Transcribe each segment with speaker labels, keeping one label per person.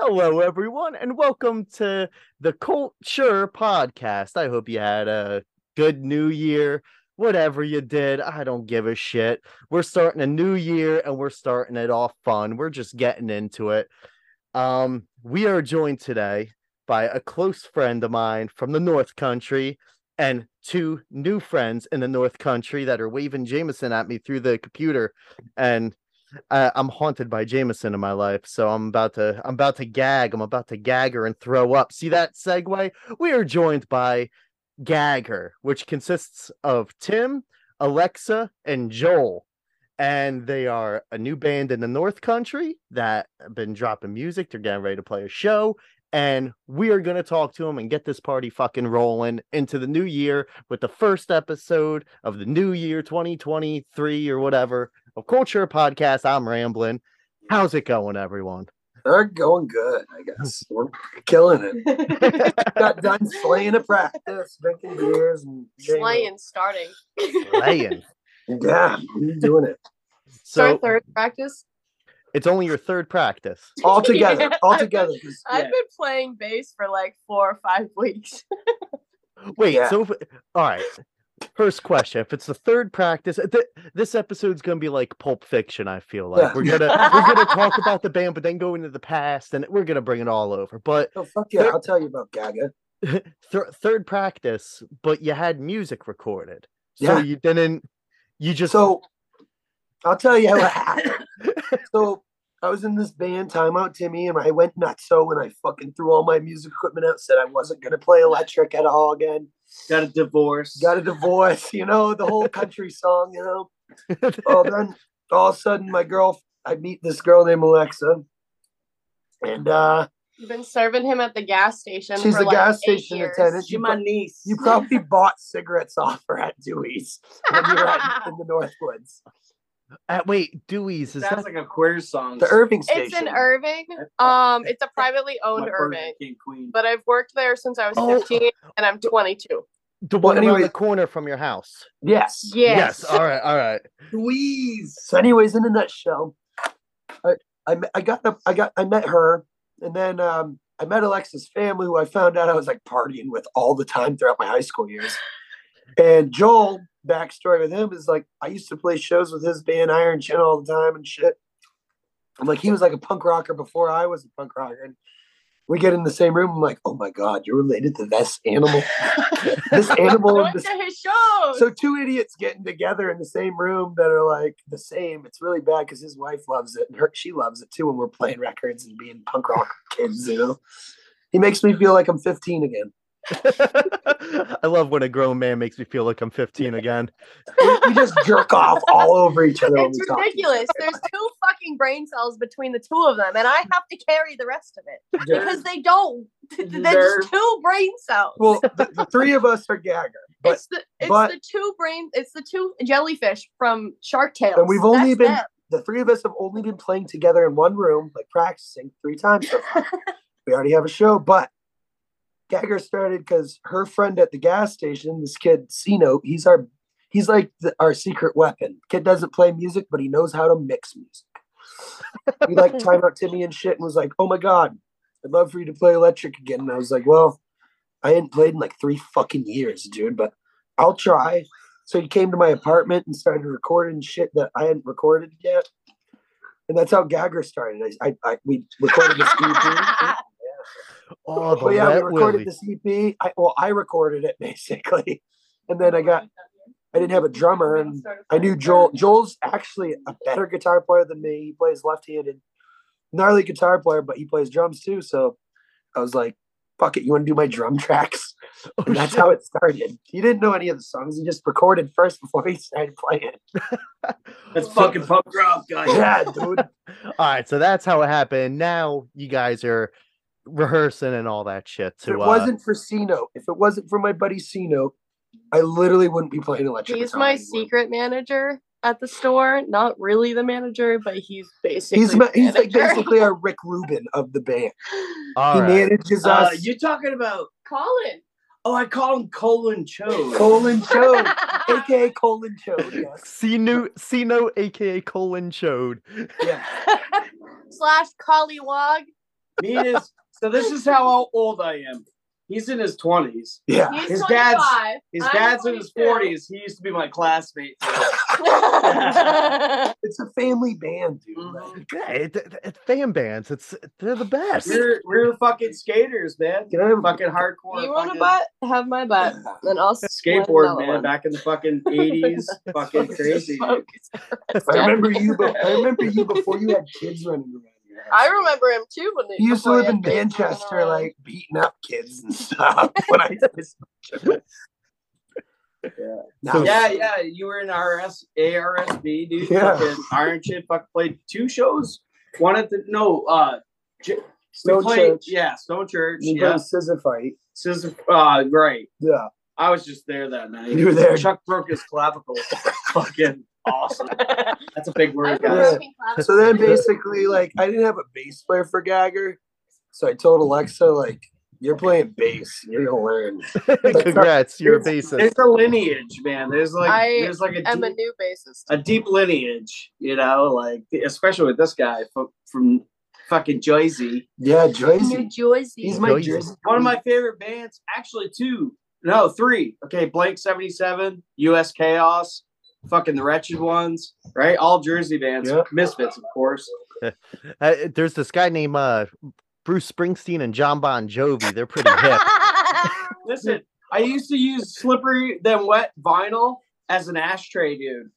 Speaker 1: Hello, everyone, and welcome to the Culture Podcast. I hope you had a good new year. Whatever you did, I don't give a shit. We're starting a new year and we're starting it off fun. We're just getting into it. Um, we are joined today by a close friend of mine from the North Country and two new friends in the North Country that are waving Jameson at me through the computer. And I, I'm haunted by Jameson in my life, so I'm about to I'm about to gag. I'm about to gag her and throw up. See that segue? We are joined by Gagger, which consists of Tim, Alexa, and Joel. And they are a new band in the North Country that have been dropping music. They're getting ready to play a show. And we are going to talk to them and get this party fucking rolling into the new year with the first episode of the new year 2023 or whatever of Culture Podcast. I'm rambling. How's it going, everyone?
Speaker 2: They're going good, I guess. We're killing it. Got done slaying a practice, drinking beers, and getting-
Speaker 3: Slaying starting.
Speaker 1: Laying.
Speaker 2: Yeah, we're doing it
Speaker 3: So
Speaker 1: So
Speaker 3: third practice.
Speaker 1: it's only your third practice.
Speaker 2: all together.
Speaker 3: Yeah,
Speaker 2: all
Speaker 3: I've-
Speaker 2: together. 'cause-
Speaker 3: I've
Speaker 2: yeah.
Speaker 3: been playing bass for like four or five weeks.
Speaker 1: Wait,
Speaker 2: Yeah.
Speaker 1: so if, all right. First question: If it's the third practice, th- this episode's gonna be like Pulp Fiction. I feel like
Speaker 2: Yeah.
Speaker 1: we're gonna we're gonna talk about the band, but then go into the past, and we're gonna bring it all over. But
Speaker 2: Oh fuck yeah! I'll tell you about Gaga.
Speaker 1: th- third practice, but you had music recorded, so
Speaker 2: Yeah.
Speaker 1: you didn't. You just
Speaker 2: So I'll tell you what happened. so I was in this band, Time Out Timmy, and I went nuts. So and I fucking threw all my music equipment out. Said I wasn't gonna play electric at all again.
Speaker 4: got a divorce.
Speaker 2: got a divorce, you know, the whole country song, you know. Well, then all of a sudden, my girl, I meet this girl named Alexa, and uh,
Speaker 3: You've been serving him at the gas station.
Speaker 2: She's
Speaker 3: for
Speaker 2: a
Speaker 3: like
Speaker 2: gas
Speaker 3: eight
Speaker 2: station
Speaker 3: years.
Speaker 2: attendant.
Speaker 4: You're my niece.
Speaker 2: you probably bought cigarettes off her at Dewey's when you were out in the Northwoods,
Speaker 1: uh, wait, Dewey's is
Speaker 4: Sounds
Speaker 1: that
Speaker 4: like a queer song.
Speaker 2: the Irving station.
Speaker 3: It's in Irving.
Speaker 4: My
Speaker 3: Um, it's a privately owned
Speaker 4: Burger
Speaker 3: Irving,
Speaker 4: King queen.
Speaker 3: but I've worked there since I was
Speaker 1: Oh.
Speaker 3: 15, and I'm 22.
Speaker 1: the one
Speaker 2: Well,
Speaker 1: around the
Speaker 2: anyway-
Speaker 1: corner from your house?
Speaker 2: Yes.
Speaker 3: Yes.
Speaker 1: All right. All right.
Speaker 2: Louise. So, anyways, in a nutshell, I I, met- I got I got I met her, and then um, I met Alexa's family, who I found out I was like partying with all the time throughout my high school years. And Joel, backstory with him is like I used to play shows with his band Iron Chin all the time and shit. I'm like he was like a punk rocker before I was a punk rocker. And we get in the same room. I'm like, oh my god, you're related to this animal, this animal,
Speaker 3: Going
Speaker 2: and this
Speaker 3: to his shows.
Speaker 2: so two idiots getting together in the same room that are like the same. It's really bad because his wife loves it and her she loves it too when we're playing records and being punk rock kids, you know. He makes me feel like I'm 15 again.
Speaker 1: I love when a grown man makes me feel like I'm 15 again.
Speaker 2: We just jerk off all over each other.
Speaker 3: it's
Speaker 2: when we talk to each
Speaker 3: ridiculous.
Speaker 2: other.
Speaker 3: There's two fucking brain cells between the two of them, and I have to carry the rest of it because
Speaker 4: They're-
Speaker 3: they don't. They're just two brain cells.
Speaker 2: Well, the, the three of us are gagger, but
Speaker 3: it's the it's
Speaker 2: but-
Speaker 3: the two brain it's the two jellyfish from Shark Tale.
Speaker 2: And we've only been- the three of us have only been playing together in one room, like practicing three times so far. we already have a show, but Gagger started because her friend at the gas station, this kid Sino, he's our he's like the, our secret weapon. Kid doesn't play music, but he knows how to mix music. He like time out Timmy and shit and was like, Oh my god, I'd love for you to play electric again. And I was like, Well, I hadn't played in like three fucking years, dude, but I'll try. So he came to my apartment and started recording shit that I hadn't recorded yet. And that's how Gagger started. I, I, I we recorded this EP.
Speaker 1: Oh, the
Speaker 2: Well, yeah, we
Speaker 1: wet
Speaker 2: recorded
Speaker 1: willy.
Speaker 2: this EP. I, well, I recorded it basically, and then I got I didn't have a drummer, and I knew Joel. Joel's actually a better guitar player than me. He plays left-handed, gnarly guitar player, but he plays drums too. So I was like, "Fuck it, you want to do my drum tracks?"
Speaker 1: Oh,
Speaker 2: And that's
Speaker 1: shit.
Speaker 2: how it started. He didn't know any of the songs. He just recorded first before he started playing.
Speaker 4: That's
Speaker 1: So-
Speaker 4: fucking punk rock, guys.
Speaker 2: Yeah, dude.
Speaker 1: All right, so that's how it happened. Now you guys are rehearsing and all that shit.
Speaker 2: If it
Speaker 1: To, uh,
Speaker 2: wasn't for C Note, if it wasn't for my buddy C Note, I literally wouldn't be playing electric.
Speaker 3: He's
Speaker 2: guitar
Speaker 3: my
Speaker 2: anymore.
Speaker 3: secret manager at the store. Not really the manager, but he's basically
Speaker 2: He's, ma-
Speaker 3: the
Speaker 2: he's like
Speaker 3: manager.
Speaker 2: basically our Rick Rubin of the band.
Speaker 1: all
Speaker 2: he
Speaker 1: right.
Speaker 2: manages
Speaker 4: Uh,
Speaker 2: us.
Speaker 4: you're talking about?
Speaker 3: Colin.
Speaker 4: Oh, I call him Colin Cho.
Speaker 2: Colin Chode, aka Colin Chode. Yes.
Speaker 1: C Note, C Note, aka Colin Chode.
Speaker 2: Yeah.
Speaker 3: Slash Collywog.
Speaker 4: Me and his, so this is how old I am. He's in his twenties.
Speaker 2: Yeah.
Speaker 3: He's
Speaker 4: His
Speaker 3: 25.
Speaker 4: dad's- His
Speaker 3: I'm
Speaker 4: dad's in his
Speaker 3: 42.
Speaker 4: forties. He used to be my classmate.
Speaker 2: It's a family band, dude.
Speaker 3: Mm-hmm.
Speaker 4: Mhm.
Speaker 2: Like,
Speaker 1: Yeah, it, it, it- fan bands. It's they're the best.
Speaker 4: We're we're fucking skaters, man.
Speaker 2: can I have
Speaker 4: Fucking hardcore.
Speaker 3: you want a
Speaker 4: fucking
Speaker 3: butt? Have my butt. Then I'll split
Speaker 4: Skateboard,
Speaker 3: another
Speaker 4: man.
Speaker 3: one.
Speaker 4: Back in the fucking eighties. fucking crazy.
Speaker 3: Smoke.
Speaker 2: I remember you. Be- I remember you before you had kids running around. Your house.
Speaker 3: I remember him too when
Speaker 2: You used to
Speaker 3: before
Speaker 2: live
Speaker 3: he
Speaker 2: in
Speaker 3: had kids running
Speaker 2: Manchester,
Speaker 3: around.
Speaker 2: like beating up kids and stuff. When I
Speaker 1: So-
Speaker 4: Yeah, yeah. You were in RS ARSB, dude.
Speaker 2: Yeah.
Speaker 4: Fucking Iron Chip fuck played two shows. One at the no uh J- we
Speaker 2: Stone
Speaker 4: played-
Speaker 2: Church.
Speaker 4: Yeah, Stone Church.
Speaker 2: You
Speaker 4: Yeah.
Speaker 2: played scissor fight.
Speaker 4: Scissor uh right.
Speaker 2: Yeah.
Speaker 4: I was just there that night.
Speaker 2: You were there.
Speaker 4: Chuck broke his clavicle. Fucking awesome. That's a big
Speaker 3: I
Speaker 4: word,
Speaker 3: have
Speaker 2: Yeah.
Speaker 3: a
Speaker 4: guys.
Speaker 3: broken clavicle.
Speaker 2: So then basically, like, I didn't have a bass player for Gagger, so I told Alexa, like, you're playing bass. You're gonna learn.
Speaker 1: Congrats, you're a
Speaker 4: There's
Speaker 1: bassist.
Speaker 4: a lineage, man. There's like
Speaker 3: I
Speaker 4: there's like a
Speaker 3: I'm a
Speaker 4: deep,
Speaker 3: new bassist.
Speaker 4: a deep lineage, you know, like especially with this guy from, from fucking Jersey.
Speaker 2: Yeah,
Speaker 3: New
Speaker 2: Jersey.
Speaker 3: Jersey.
Speaker 2: He's my
Speaker 1: Jersey.
Speaker 2: Jersey.
Speaker 4: One of my favorite bands, actually two, no three. Okay, Blake seventy seven, U.S. Chaos, fucking the Wretched Ones, right? All Jersey bands,
Speaker 2: Yeah.
Speaker 4: Misfits, of course.
Speaker 1: Uh, there's this guy named uh, Bruce Springsteen and John Bon Jovi. They're pretty hip.
Speaker 4: Listen, I used to use slippery then wet vinyl as an ashtray, dude.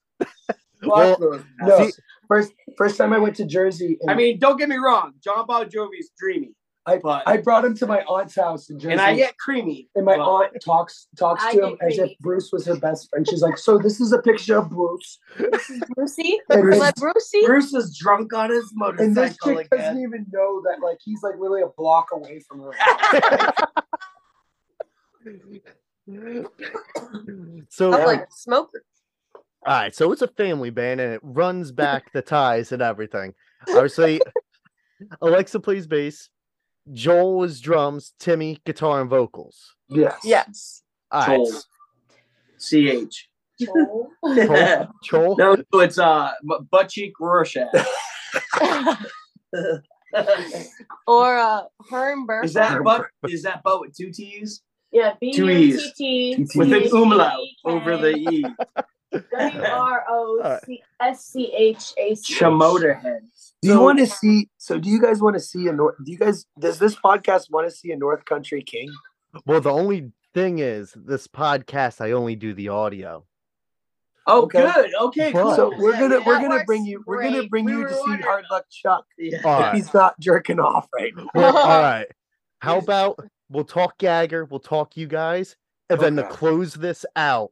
Speaker 1: Well,
Speaker 4: Fuck
Speaker 2: No,
Speaker 4: those.
Speaker 2: first first time I went to Jersey, and
Speaker 4: I mean, don't get me wrong, John Bon Jovi's dreamy,
Speaker 2: I,
Speaker 4: but
Speaker 2: I brought him to my aunt's house in Jersey.
Speaker 4: and I get creamy.
Speaker 2: and my
Speaker 4: but-
Speaker 2: aunt talks talks
Speaker 3: I
Speaker 2: to him
Speaker 3: get
Speaker 2: as if
Speaker 3: creepy.
Speaker 2: Bruce was her best friend. She's like, "So this is a picture of Bruce,
Speaker 3: Brucey.
Speaker 2: and,
Speaker 3: My Brucey.
Speaker 4: Bruce is drunk on his
Speaker 2: and this
Speaker 4: motorcycle
Speaker 2: chick doesn't
Speaker 4: again.
Speaker 2: even know that like he's like really a block away from her."
Speaker 1: so
Speaker 3: I'm like a smoker.
Speaker 1: All right, so it's a family band and it runs back the ties and everything. Obviously, Alexa plays bass, Joel is drums, Timmy guitar and vocals.
Speaker 2: yes.
Speaker 3: Yes.
Speaker 1: All right,
Speaker 4: Joel. Ch.
Speaker 1: Joel, Joel,
Speaker 4: No, no, it's uh, bu- butt cheek Rorschach.
Speaker 3: or uh, Herm Burke.
Speaker 4: Is that butt? Is that butt with two T's
Speaker 3: yeah,
Speaker 4: Two E's. with an umlaut over the E? Shamoda head.
Speaker 2: Do you want to see? So, do you guys want to see a North? Do you guys does this podcast want to see a North Country King?
Speaker 1: well, the only thing is, this podcast I only do the audio.
Speaker 4: Oh,
Speaker 2: Okay.
Speaker 4: good. Okay, cool.
Speaker 1: But-
Speaker 2: So we're
Speaker 3: Yeah,
Speaker 2: gonna
Speaker 3: that
Speaker 2: we're gonna
Speaker 3: works
Speaker 2: bring you we're gonna
Speaker 3: great.
Speaker 2: bring
Speaker 4: We
Speaker 2: you
Speaker 4: were
Speaker 2: to see
Speaker 4: wondering.
Speaker 2: Hard Luck Chuck.
Speaker 4: Yeah.
Speaker 1: All
Speaker 2: if
Speaker 1: right,
Speaker 2: He's not jerking off right now.
Speaker 1: well, all right. How
Speaker 4: Yes.
Speaker 1: about we'll talk Gagger, we'll talk you guys, and then to
Speaker 2: Okay.
Speaker 1: close this out,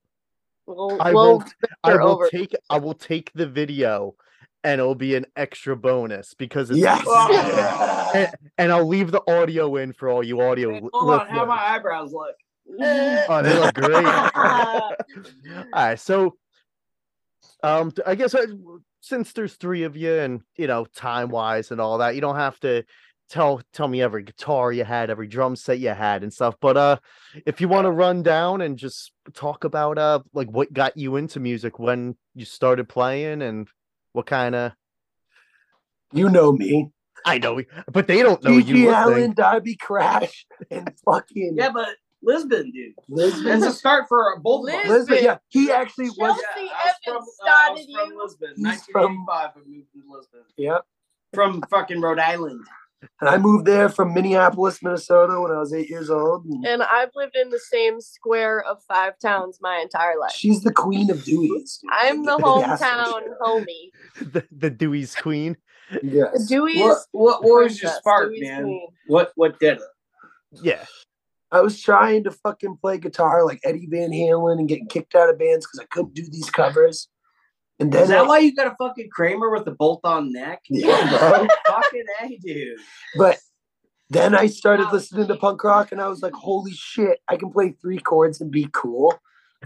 Speaker 3: We'll,
Speaker 1: I
Speaker 3: we'll
Speaker 1: will- I
Speaker 3: They're
Speaker 1: will
Speaker 3: over.
Speaker 1: take I will take the video, and it'll be an extra bonus because it's
Speaker 2: Yes.
Speaker 4: Oh.
Speaker 1: and, and I'll leave the audio in for all you audio li-
Speaker 4: Hold on,
Speaker 1: listeners.
Speaker 4: how my eyebrows look.
Speaker 1: Oh, they look great. all
Speaker 3: Uh,
Speaker 1: right, so um, t- I guess I, w- since there's three of you, and you know, time wise and all that, you don't have to tell tell me every guitar you had, every drum set you had, and stuff. But uh, if you want to run down and just talk about uh, like what got you into music when you started playing, and what kind of
Speaker 2: You know me.
Speaker 1: I know, but they don't know
Speaker 2: Kiki
Speaker 1: you.
Speaker 2: Allen,
Speaker 1: listening.
Speaker 2: Dobby Crash, and fucking
Speaker 4: Yeah, but Lisbon, dude. That's
Speaker 2: Lisbon.
Speaker 4: a start for a both. of us.
Speaker 3: Lisbon.
Speaker 2: Lisbon. Yeah, he actually was.
Speaker 3: Chelsea
Speaker 4: Yeah, I was
Speaker 3: Evans
Speaker 4: uh, I was
Speaker 3: started
Speaker 4: from
Speaker 3: you.
Speaker 4: Lisbon.
Speaker 2: He's from-
Speaker 4: 1985, I moved to Lisbon.
Speaker 2: Yeah,
Speaker 4: From fucking Rhode Island.
Speaker 2: and I moved there from Minneapolis, Minnesota, when I was eight years old. and
Speaker 3: and I've lived in the same square of five towns my entire life.
Speaker 2: She's the queen of Dewey's. dude.
Speaker 3: I'm the
Speaker 2: gas
Speaker 3: hometown
Speaker 2: station.
Speaker 3: homie.
Speaker 1: the, the Dewey's Queen.
Speaker 2: Yes.
Speaker 3: Dewey's
Speaker 4: What, what, what was your
Speaker 3: princess,
Speaker 4: spark,
Speaker 3: Dewey's
Speaker 4: man?
Speaker 3: queen.
Speaker 4: What what did it?
Speaker 1: Yeah,
Speaker 2: I was trying to fucking play guitar like Eddie Van Halen and getting kicked out of bands because I couldn't do these covers. And then
Speaker 4: Is that
Speaker 2: I-
Speaker 4: why you got a fucking Kramer with the bolt on neck?
Speaker 2: Yeah, bro.
Speaker 4: fucking A, dude.
Speaker 2: but then I started
Speaker 3: Wow.
Speaker 2: listening to punk rock and I was like, holy shit, I can play three chords and be cool.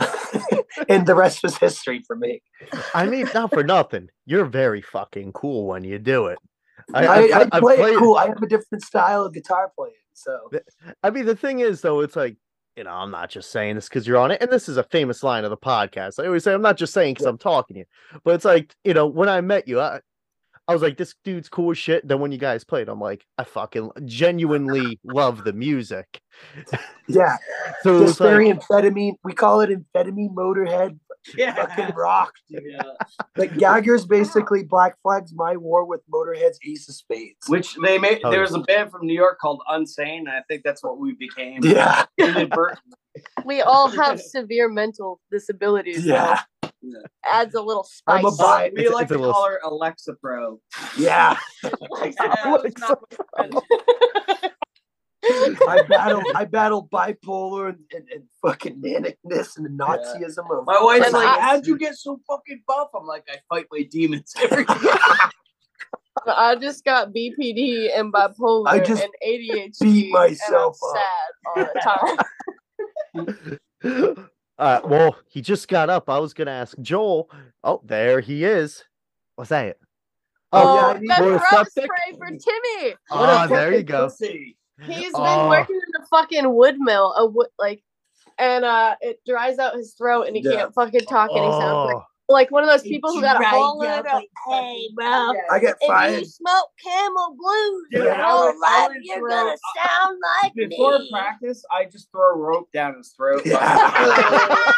Speaker 2: and the rest was history for me.
Speaker 1: I mean, not for nothing. You're very fucking cool when you do it.
Speaker 2: I,
Speaker 1: I've
Speaker 2: I,
Speaker 1: pla- I've
Speaker 2: play
Speaker 1: played-
Speaker 2: it cool. I have a different style of guitar playing. So
Speaker 1: I mean, the thing is, though, it's like, you know, I'm not just saying this because you're on it. And this is a famous line of the podcast. I always say, I'm not just saying because I'm talking to you. But it's like, you know, when I met you, I, I was like, this dude's cool as shit. Then when you guys played, I'm like, I fucking genuinely love the music.
Speaker 2: Yeah,
Speaker 1: So it
Speaker 2: just
Speaker 1: was
Speaker 2: very
Speaker 1: like,
Speaker 2: amphetamine. We call it amphetamine motorhead.
Speaker 4: Yeah.
Speaker 2: Fucking rock, dude.
Speaker 4: yeah.
Speaker 2: Like Gagger's basically Black Flag's My War with Motorhead's Ace of Spades.
Speaker 4: Which they made.
Speaker 1: Oh,
Speaker 4: There
Speaker 1: yeah.
Speaker 4: was a band from New York called Unsane, and I think that's what we became.
Speaker 2: Yeah,
Speaker 4: Inadvertent-
Speaker 3: We all have severe mental disabilities. so
Speaker 2: yeah,
Speaker 3: adds a little spice.
Speaker 2: I'm a bi-
Speaker 4: we
Speaker 1: It's-
Speaker 4: like
Speaker 1: it's a
Speaker 4: to
Speaker 1: little-
Speaker 4: call her Alexa Pro.
Speaker 2: yeah.
Speaker 1: Alexa
Speaker 2: I battle, I battle bipolar and, and, and fucking manicness and Nazism. Of,
Speaker 4: My wife's
Speaker 3: And
Speaker 4: like,
Speaker 3: I-
Speaker 4: "How'd you get so fucking buff?" I'm like, "I fight my demons every day."
Speaker 3: I just got BPD and bipolar
Speaker 2: I just
Speaker 3: and ADHD.
Speaker 2: beat myself
Speaker 3: and
Speaker 2: up.
Speaker 3: I'm sad all the time.
Speaker 1: uh, well, he just got up. I was gonna ask Joel. Oh, there he is. What's that?
Speaker 2: Oh,
Speaker 3: Oh,
Speaker 2: yeah, he-
Speaker 3: that's
Speaker 1: we're
Speaker 3: rose
Speaker 1: septic.
Speaker 3: spray for Timmy.
Speaker 4: What a
Speaker 1: Ah, there you
Speaker 4: fucking
Speaker 1: go.
Speaker 4: pussy.
Speaker 3: He's been
Speaker 1: Oh.
Speaker 3: working in the fucking wood mill, a wood like, and uh, it dries out his throat, and he
Speaker 2: Yeah.
Speaker 3: can't fucking talk, and he sounds like,
Speaker 1: Oh,
Speaker 3: like one of those people who got a hole in
Speaker 5: Right, yeah,
Speaker 3: their throat.
Speaker 5: like, hey, bro.
Speaker 2: I get
Speaker 5: If you
Speaker 2: fired.
Speaker 5: smoke Camel Blues
Speaker 4: Dude,
Speaker 5: your
Speaker 2: I
Speaker 5: whole
Speaker 4: would- I
Speaker 5: life,
Speaker 4: would
Speaker 5: you're
Speaker 4: throw-
Speaker 5: gonna sound like
Speaker 4: Before
Speaker 5: me.
Speaker 4: practice, I just throw a rope down his throat.
Speaker 2: Yeah.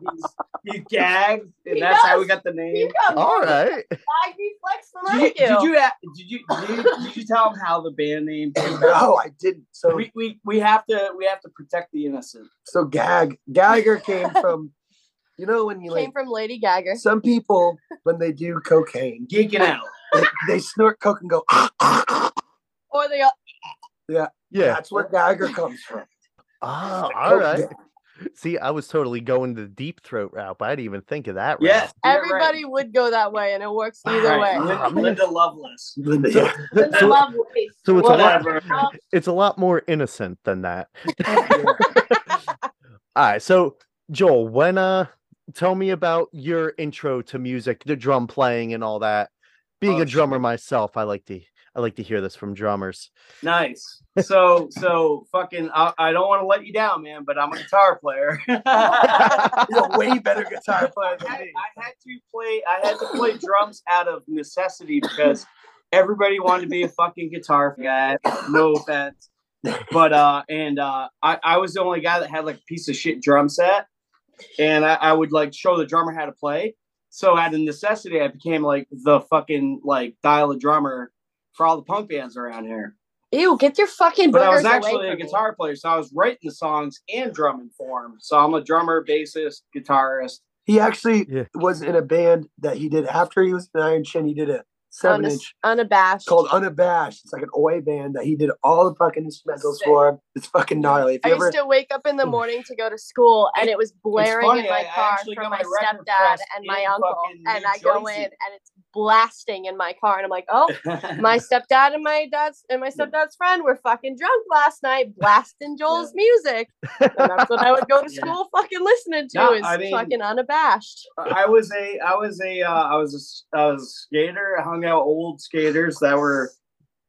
Speaker 4: He's- he gagged, and
Speaker 3: He
Speaker 4: that's how we
Speaker 3: does.
Speaker 4: got the name.
Speaker 3: You got
Speaker 1: all
Speaker 3: more
Speaker 1: right.
Speaker 3: high reflex than
Speaker 4: Did you,
Speaker 3: I do.
Speaker 4: did you a- did you did you did you tell him how the band name? Came about?
Speaker 2: No, I didn't. So
Speaker 4: we, we we have to we have to protect the innocent.
Speaker 2: so gag Gagger came from, you know, when you
Speaker 3: Came
Speaker 2: like
Speaker 3: from Lady Gaga.
Speaker 2: some people when they do cocaine,
Speaker 4: Geeking out.
Speaker 2: they, they snort coke and go.
Speaker 3: Or they all,
Speaker 1: Yeah.
Speaker 2: That's where Gagger comes from.
Speaker 1: Ah,
Speaker 2: Coke
Speaker 1: all right.
Speaker 2: gag.
Speaker 1: See, I was totally going the deep throat route, but I didn't even think of that. route.
Speaker 4: Yes, you're right.
Speaker 3: everybody would go that way, and it works either
Speaker 4: Right.
Speaker 3: way.
Speaker 4: Linda,
Speaker 1: I'm gonna-
Speaker 4: Linda Loveless.
Speaker 2: Linda, yeah.
Speaker 3: Linda
Speaker 1: So-
Speaker 3: Lovelace.
Speaker 1: so it's a lot-
Speaker 3: Whatever.
Speaker 1: It's a lot more innocent than that. All right. So, Joel, when uh, tell me about your intro to music, the drum playing, and all that. Being
Speaker 4: Oh,
Speaker 1: a drummer myself, I like to I like to hear this from drummers.
Speaker 4: Nice. So so fucking. I, I don't want to let you down, man. But I'm a guitar player.
Speaker 2: He's a way better guitar player
Speaker 4: I
Speaker 2: than
Speaker 4: had,
Speaker 2: me.
Speaker 4: I had to play. I had to play drums out of necessity because everybody wanted to be a fucking guitar guy. No offense, but uh, and uh, I, I was the only guy that had like a piece of shit drum set, and I, I would like show the drummer how to play. So out of necessity, I became like the fucking like dial a drummer for all the punk bands around here.
Speaker 3: Ew, get your fucking
Speaker 4: But I was
Speaker 3: boogers
Speaker 4: actually
Speaker 3: away
Speaker 4: a
Speaker 3: from me.
Speaker 4: guitar player, so I was writing the songs and drumming for 'em. So I'm a drummer, bassist, guitarist.
Speaker 2: He actually
Speaker 1: Yeah.
Speaker 2: was in a band that he did after he was in Iron Chin. He did a seven
Speaker 3: Unas-
Speaker 2: inch
Speaker 3: unabashed.
Speaker 2: called Unabashed. It's like an Oi band that he did all the fucking instrumentals
Speaker 3: Sick.
Speaker 2: for. It's fucking gnarly. If
Speaker 3: I
Speaker 2: you ever,
Speaker 3: used to wake up in the morning to go to school, and it was blaring
Speaker 4: funny,
Speaker 3: in my
Speaker 4: I- I
Speaker 3: car
Speaker 4: actually
Speaker 3: from
Speaker 4: got
Speaker 3: my
Speaker 4: my record
Speaker 3: stepdad
Speaker 4: pressed
Speaker 3: and my
Speaker 4: in
Speaker 3: uncle.
Speaker 4: fucking
Speaker 3: And
Speaker 4: New
Speaker 3: I go
Speaker 4: Jersey.
Speaker 3: in, and it's blasting in my car, and I'm like, "Oh, my stepdad and my dad's and my stepdad's friend were fucking drunk last night, blasting Joel's music." And that's what I would go to
Speaker 4: Yeah.
Speaker 3: school fucking listening to
Speaker 4: No,
Speaker 3: is
Speaker 4: I mean-
Speaker 3: fucking unabashed.
Speaker 4: I was a I was a uh, I was a s- I was a skater. I hung out with old skaters that were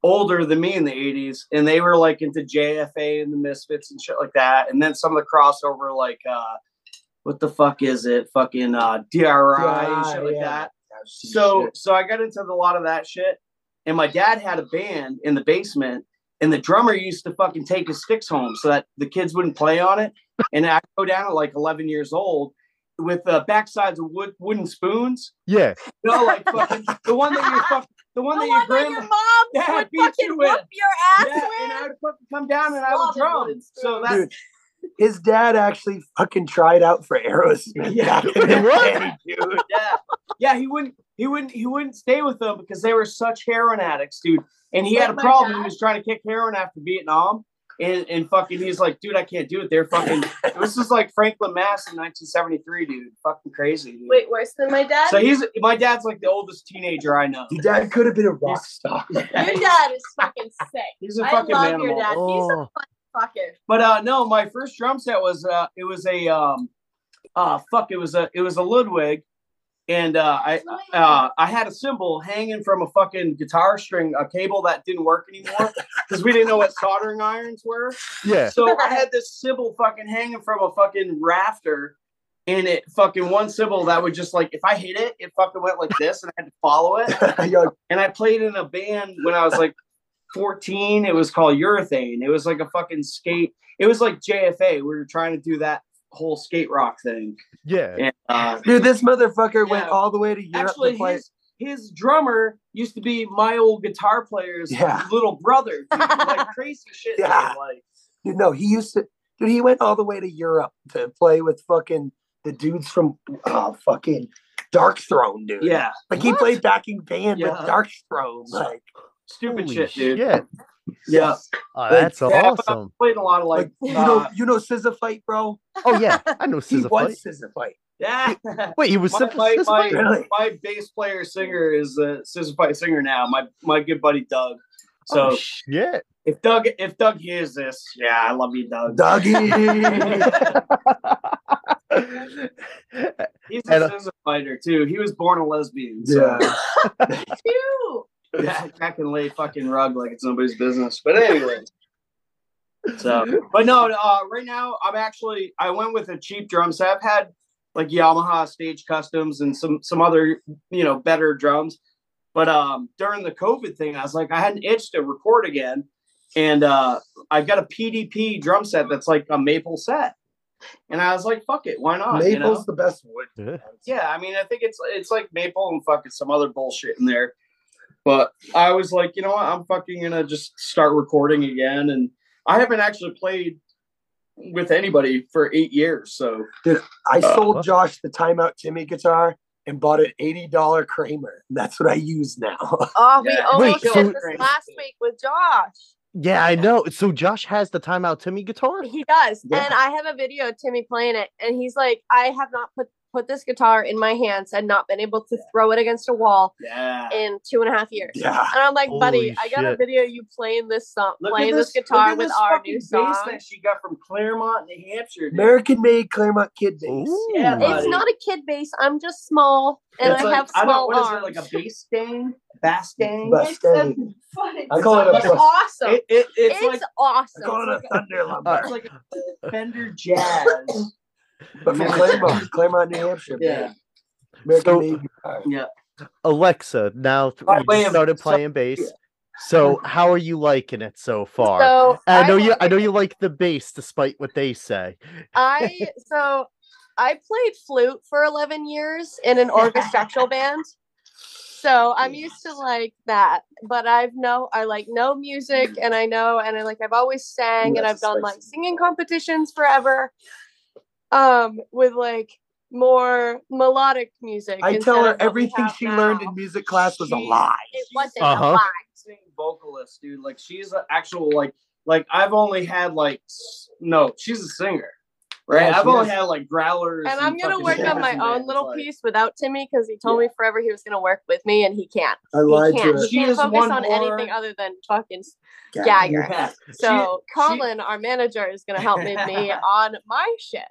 Speaker 4: older than me in the 80s and they were like into JFA and the Misfits and shit like that. And then some of the crossover like uh what the fuck is it? Fucking uh DRI and shit like
Speaker 2: Yeah.
Speaker 4: that.
Speaker 2: so
Speaker 4: So so I got into the- a lot of that shit. And my dad had a band in the basement, and the drummer used to fucking take his sticks home so that the kids wouldn't play on it. And I go down at like 11 years old with uh, backsides of wood, wooden spoons.
Speaker 1: Yeah.
Speaker 4: You know, like fucking the one that your fuck, the one
Speaker 3: the
Speaker 4: that your
Speaker 3: one that
Speaker 4: grandma.
Speaker 3: your mom
Speaker 4: Yeah,
Speaker 3: would
Speaker 4: beat you
Speaker 3: fucking
Speaker 4: with.
Speaker 3: whoop your ass
Speaker 4: yeah, and
Speaker 3: with.
Speaker 4: I would fucking come down and I would
Speaker 3: Slobbing
Speaker 4: drum.
Speaker 3: wooden
Speaker 4: So
Speaker 3: spoons.
Speaker 4: that's
Speaker 2: Dude, his dad actually fucking tried out for Aerosmith
Speaker 4: Yeah.
Speaker 2: back in the
Speaker 1: What?
Speaker 2: day, dude.
Speaker 4: yeah, yeah. He wouldn't. He wouldn't. He wouldn't stay with them because they were such heroin addicts, dude. And he had a
Speaker 3: Oh my
Speaker 4: problem. He
Speaker 3: God.
Speaker 4: was trying to kick heroin after Vietnam, and and fucking, he's like, dude, I can't do it. They're fucking. this is like Franklin Mass in 1973, dude. Fucking crazy. Dude.
Speaker 3: Wait, worse than my dad?
Speaker 4: So he's my dad's like the oldest teenager I know.
Speaker 2: Your dad could have been a rock star.
Speaker 3: your dad is fucking sick.
Speaker 4: He's a
Speaker 3: I
Speaker 4: fucking
Speaker 3: love
Speaker 4: animal.
Speaker 3: your dad. He's a
Speaker 1: Oh,
Speaker 3: fucking
Speaker 4: But uh no, my first drum set was uh it was a um uh fuck it was a it was a Ludwig and uh I uh I had a cymbal hanging from a fucking guitar string, a cable that didn't work anymore because we didn't know what soldering irons were.
Speaker 1: yeah.
Speaker 4: So I had this cymbal fucking hanging from a fucking rafter and it fucking one syllable that would just like if I hit it, it fucking went like this, and I had to follow it.
Speaker 2: You're like,
Speaker 4: And I played in a band when I was like 14. It was called Urethane. It was like a fucking skate. It was like JFA. We were trying to do that whole skate rock thing.
Speaker 1: Yeah.
Speaker 4: And, uh,
Speaker 2: Dude, this motherfucker went
Speaker 4: Yeah.
Speaker 2: all the way to Europe
Speaker 4: actually,
Speaker 2: to play.
Speaker 4: his, his drummer used to be my old guitar player's
Speaker 2: Yeah.
Speaker 4: little brother. dude. like crazy shit. dude.
Speaker 2: Yeah.
Speaker 4: Like,
Speaker 2: Dude, no, he used to. Dude, he went all the way to Europe to play with fucking the dudes from oh, fucking Dark Throne, dude.
Speaker 4: yeah.
Speaker 2: like he played backing band
Speaker 4: Yeah.
Speaker 2: with Dark Throne. Like,
Speaker 4: Stupid
Speaker 1: Holy
Speaker 4: shit, dude.
Speaker 1: shit.
Speaker 4: Yeah.
Speaker 1: Oh, that's
Speaker 4: yeah, but-
Speaker 1: awesome.
Speaker 4: Played a lot of like,
Speaker 2: like, you
Speaker 4: uh,
Speaker 2: know, you know, Scissor Fight, bro.
Speaker 1: Oh yeah, I know
Speaker 2: He
Speaker 1: Scissor Fight.
Speaker 2: was Scissor Fight.
Speaker 4: yeah.
Speaker 1: Wait, he was
Speaker 4: My-
Speaker 1: Scissor
Speaker 4: my-
Speaker 1: Scissor
Speaker 4: my-
Speaker 1: Fight.
Speaker 2: Really?
Speaker 4: my bass player singer is the Scissor Fight singer now. My my good buddy Doug. So
Speaker 1: oh shit.
Speaker 4: if Doug if Doug hears this, yeah, I love you, Doug.
Speaker 2: Dougie.
Speaker 4: He's a
Speaker 1: And, uh,
Speaker 4: scissor fighter too. He was born a lesbian. So
Speaker 2: yeah.
Speaker 4: yeah.
Speaker 3: Phew.
Speaker 4: that, that can lay fucking rug like it's nobody's business. But anyway. So but no, uh, right now I'm actually I went with a cheap drum set. I've had like Yamaha stage customs and some some other, you know, better drums. But um during the COVID thing, I was like, I had an itch to record again. And uh I've got a PDP drum set that's like a maple set. And I was like, fuck it, why not?
Speaker 2: Maple's
Speaker 4: you know?
Speaker 2: the best wood.
Speaker 1: Yeah.
Speaker 4: Yeah, I mean, I think it's it's like maple and fucking some other bullshit in there. But I was like, you know what? I'm fucking gonna just start recording again, and I haven't actually played with anybody for eight years. So
Speaker 2: I
Speaker 4: Uh,
Speaker 2: sold
Speaker 1: what?
Speaker 2: Josh the Timeout Timmy guitar and bought an eighty dollar Kramer. That's what I use now.
Speaker 3: Oh, we
Speaker 4: Yeah.
Speaker 1: Wait,
Speaker 3: almost
Speaker 1: so-
Speaker 3: did this last week with Josh.
Speaker 1: Yeah, I know. So Josh has the timeout Timmy guitar.
Speaker 3: He does,
Speaker 2: Yeah.
Speaker 3: and I have a video of Timmy playing it, and he's like, "I have not put put this guitar in my hands and not been able to throw it against a wall
Speaker 4: yeah,
Speaker 3: in two and a half years."
Speaker 2: yeah.
Speaker 3: And I'm like, buddy,
Speaker 1: Holy
Speaker 3: I got a
Speaker 1: shit.
Speaker 3: video of you playing this song,
Speaker 4: Look at
Speaker 3: playing this,
Speaker 4: look
Speaker 3: guitar
Speaker 4: at
Speaker 3: with
Speaker 4: this
Speaker 3: our
Speaker 4: fucking
Speaker 3: new
Speaker 4: bass
Speaker 3: song.
Speaker 4: that she got from Claremont, New Hampshire. dude.
Speaker 2: American made Claremont Kid Bass.
Speaker 1: Ooh.
Speaker 4: Yeah,
Speaker 3: It's
Speaker 4: buddy.
Speaker 3: not a kid bass. I'm just small, and
Speaker 4: It's
Speaker 3: I
Speaker 4: like-
Speaker 3: have
Speaker 4: I don't-
Speaker 3: small
Speaker 4: what is
Speaker 3: arms.
Speaker 4: it, like a bass dang, bass dang.
Speaker 2: Bass dang. I call it a
Speaker 3: it's
Speaker 2: plus.
Speaker 3: awesome.
Speaker 4: It, it,
Speaker 3: it's
Speaker 4: it's, like
Speaker 2: I
Speaker 3: awesome.
Speaker 2: call it a thunder
Speaker 1: Uh,
Speaker 2: lumber.
Speaker 4: it's like a Fender Jazz.
Speaker 2: but from Claremont, Claremont, New Hampshire.
Speaker 4: Yeah.
Speaker 2: man. American
Speaker 1: So-
Speaker 2: made guitar.
Speaker 4: Yeah.
Speaker 1: Alexa, now th-
Speaker 4: By
Speaker 1: you
Speaker 4: way of-
Speaker 1: started
Speaker 4: so-
Speaker 1: playing bass. So how are you liking it so far?
Speaker 3: So
Speaker 1: I know you.
Speaker 3: love
Speaker 1: I know
Speaker 3: it.
Speaker 1: you like the bass, despite what they say.
Speaker 3: I so I played flute for 11 years in an orchestral band. So I'm used to like that, but I've no I like know music and I know and I like I've always sang and
Speaker 2: Mm. Yes,
Speaker 3: I've done like
Speaker 2: spicy.
Speaker 3: singing competitions forever. Um with like more melodic music.
Speaker 2: I
Speaker 3: instead
Speaker 2: tell
Speaker 3: of
Speaker 2: her
Speaker 3: what we
Speaker 2: everything
Speaker 3: have
Speaker 2: she learned
Speaker 3: now.
Speaker 2: in music class was a
Speaker 4: She-
Speaker 2: lie.
Speaker 3: it wasn't
Speaker 1: Uh-huh.
Speaker 3: a lot.
Speaker 4: amazing vocalist, dude. Like she's an actual like like I've only had like s- no, she's a singer, right?
Speaker 2: Yeah,
Speaker 4: I've
Speaker 2: she
Speaker 4: only
Speaker 2: is.
Speaker 4: had like growlers.
Speaker 3: And I'm gonna
Speaker 4: fucking
Speaker 3: work on
Speaker 4: jazz
Speaker 3: my own
Speaker 4: bands,
Speaker 3: little
Speaker 4: like-
Speaker 3: piece without Timmy because he told me forever he was gonna work with me and he can't.
Speaker 2: I
Speaker 3: He
Speaker 2: lied to
Speaker 3: can't.
Speaker 2: her.
Speaker 3: He
Speaker 4: She
Speaker 3: can't
Speaker 4: is
Speaker 3: focus
Speaker 4: one
Speaker 3: on anything
Speaker 4: more-
Speaker 3: other than fucking s-
Speaker 2: Yeah.
Speaker 3: Gagger.
Speaker 4: Yeah.
Speaker 3: So
Speaker 4: She-
Speaker 3: Colin, our manager, is gonna help me me on my shit.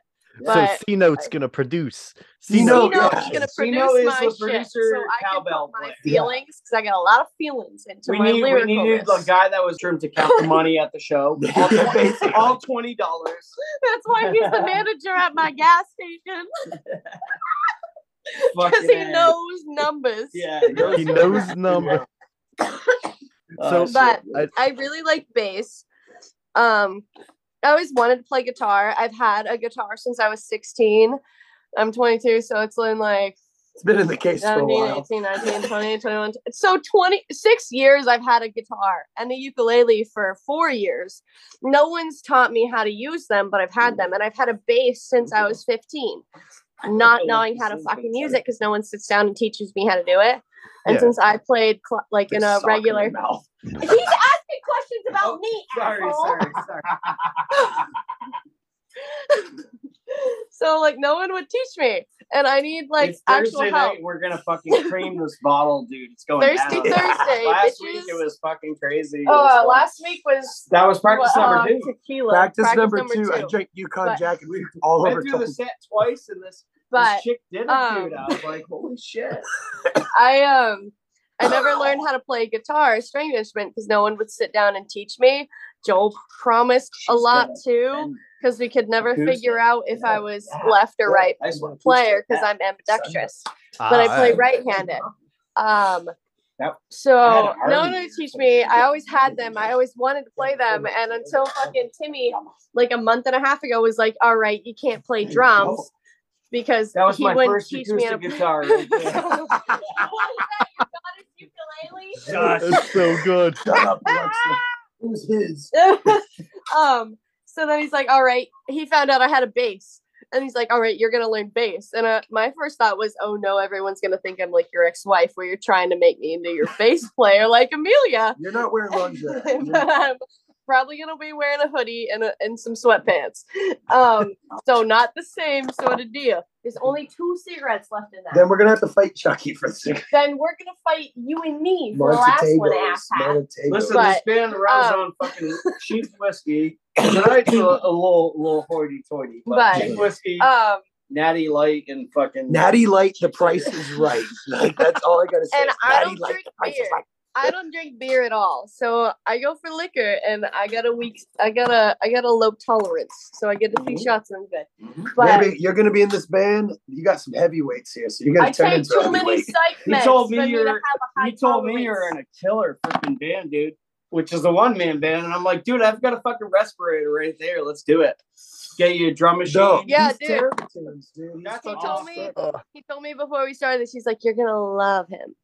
Speaker 3: But
Speaker 1: so C note's gonna produce.
Speaker 2: C
Speaker 1: C note.
Speaker 2: Note,
Speaker 3: you know
Speaker 2: yeah.
Speaker 3: he's gonna
Speaker 4: You
Speaker 3: produce
Speaker 4: know is
Speaker 3: my
Speaker 4: a
Speaker 3: shit, so
Speaker 4: producer
Speaker 3: I can put
Speaker 4: cowbell
Speaker 3: my
Speaker 4: player.
Speaker 2: Yeah.
Speaker 3: feelings because I got a lot of feelings into
Speaker 4: we
Speaker 3: my
Speaker 4: need we
Speaker 3: lyrical.
Speaker 4: needed the guy that was trimmed to count the money at the show. All
Speaker 2: Yeah,
Speaker 4: twen-
Speaker 2: basically.
Speaker 4: All twenty dollars.
Speaker 3: That's why he's the manager at my gas station because he knows numbers.
Speaker 4: Yeah,
Speaker 1: He knows number. So-
Speaker 3: But-
Speaker 1: I-
Speaker 3: I really like bass. Um, I always wanted to play guitar. I've had a guitar since I was 16. I'm 22, so it's been like
Speaker 2: It's been in the case for a
Speaker 3: 17,
Speaker 2: while.
Speaker 3: 18, 19, 20, 21. So 26 years I've had a guitar and a ukulele for four years. No one's taught me how to use them, but I've had them. And I've had a bass since I was 15,
Speaker 4: Oh,
Speaker 3: not knowing how to fucking use it because no one sits down and teaches me how to do it. And
Speaker 1: Yeah.
Speaker 3: since I played cl- like in a
Speaker 2: Sock
Speaker 3: regular,
Speaker 2: your mouth.
Speaker 3: he's asking questions about
Speaker 4: Oh,
Speaker 3: me.
Speaker 4: Sorry,
Speaker 3: asshole.
Speaker 4: sorry, sorry.
Speaker 3: So like no one would teach me, and I need like
Speaker 4: It's
Speaker 3: actual
Speaker 4: Thursday
Speaker 3: help.
Speaker 4: Night, we're gonna fucking cream this bottle, dude. It's going
Speaker 3: Thirsty
Speaker 4: down.
Speaker 3: Thursday,
Speaker 4: Last
Speaker 3: bitches.
Speaker 4: week it was fucking crazy. It was
Speaker 3: Oh,
Speaker 4: fun.
Speaker 3: last week was
Speaker 4: that was practice number
Speaker 3: um,
Speaker 4: two.
Speaker 3: Tequila.
Speaker 2: Practice, number, two, I drank
Speaker 3: But-
Speaker 2: Yukon Jack and we all
Speaker 4: I
Speaker 2: over
Speaker 4: threw the
Speaker 2: Tony's
Speaker 4: set twice, and this,
Speaker 3: But
Speaker 4: this chick did it,
Speaker 3: um,
Speaker 4: dude. I was like, holy shit.
Speaker 3: I um I never learned how to play guitar, or string instrument, because no one would sit down and teach me. Joel promised a
Speaker 4: She's
Speaker 3: lot
Speaker 4: gonna
Speaker 3: too,
Speaker 4: And
Speaker 3: because we could never
Speaker 4: Acoustic.
Speaker 3: figure out if I was
Speaker 2: Yeah,
Speaker 3: left or right
Speaker 4: I just want to
Speaker 3: player because
Speaker 4: that.
Speaker 3: I'm ambidextrous, but
Speaker 1: Ah,
Speaker 3: I play right-handed. Um,
Speaker 4: That- I had
Speaker 3: so
Speaker 4: a Harley
Speaker 3: no one would
Speaker 4: years
Speaker 3: teach
Speaker 4: ago.
Speaker 3: me. I always had them. I always wanted to play them, and until fucking Timmy, like a month and a half ago, was like, "All right, you can't play drums." Because
Speaker 4: That was
Speaker 3: he
Speaker 4: my
Speaker 3: wouldn't
Speaker 4: first
Speaker 3: teach me how to
Speaker 4: acoustic
Speaker 3: play.
Speaker 4: guitar. right there.
Speaker 1: That's so good.
Speaker 2: Shut up, Alexa. It was his.
Speaker 3: um, so then he's like, "All right." He found out I had a bass, and he's like, "All right, you're gonna learn bass." And uh, my first thought was, "Oh no, everyone's gonna think I'm like your ex-wife, where you're trying to make me into your bass player, like Amelia."
Speaker 2: You're not wearing lingerie.
Speaker 3: And I'm probably gonna be wearing a hoodie and a, and some sweatpants. Um, so not the same sort of deal. There's only two cigarettes left in that.
Speaker 2: then we're gonna have to fight Chucky for a second.
Speaker 3: then we're gonna fight you and me for the last one, asshat.
Speaker 4: Listen,
Speaker 3: But,
Speaker 4: this band runs
Speaker 3: um,
Speaker 4: on fucking cheap whiskey. Tonight's a, a little, little hoity-toity. But,
Speaker 3: But,
Speaker 4: cheap whiskey,
Speaker 3: Um,
Speaker 4: natty light, and fucking
Speaker 2: Natty Light, the price is right. Like that's all I gotta say.
Speaker 3: And
Speaker 2: is
Speaker 3: I
Speaker 2: Natty
Speaker 3: don't
Speaker 2: Light,
Speaker 3: drink
Speaker 2: the price
Speaker 3: beer.
Speaker 2: is right.
Speaker 3: I don't drink beer at all, so I go for liquor, and I got a weak, I got a, I got a low tolerance, so I get a few
Speaker 4: Mhm.
Speaker 3: shots and I'm good.
Speaker 4: Mhm.
Speaker 3: But
Speaker 2: Mm-hmm. Maybe you're gonna be in this band. You got some heavyweights here, so you're gonna
Speaker 3: I
Speaker 2: turn
Speaker 3: take
Speaker 2: into
Speaker 3: too
Speaker 2: a
Speaker 3: many
Speaker 2: heavyweight.
Speaker 3: psych meds.
Speaker 4: You told me
Speaker 3: for to
Speaker 4: you're-
Speaker 3: have a high
Speaker 4: You told me you're
Speaker 3: tolerance.
Speaker 4: in a killer freaking band, dude, which is a one man band. And I'm like, dude, I've got a fucking respirator right there. Let's do it. Get you a drum machine.
Speaker 2: No.
Speaker 3: Yeah,
Speaker 2: He's
Speaker 3: dude.
Speaker 2: terrible to us, dude. He's
Speaker 4: That's
Speaker 3: He
Speaker 4: awesome.
Speaker 3: told me he told me before we started this, he's like, You're gonna love him.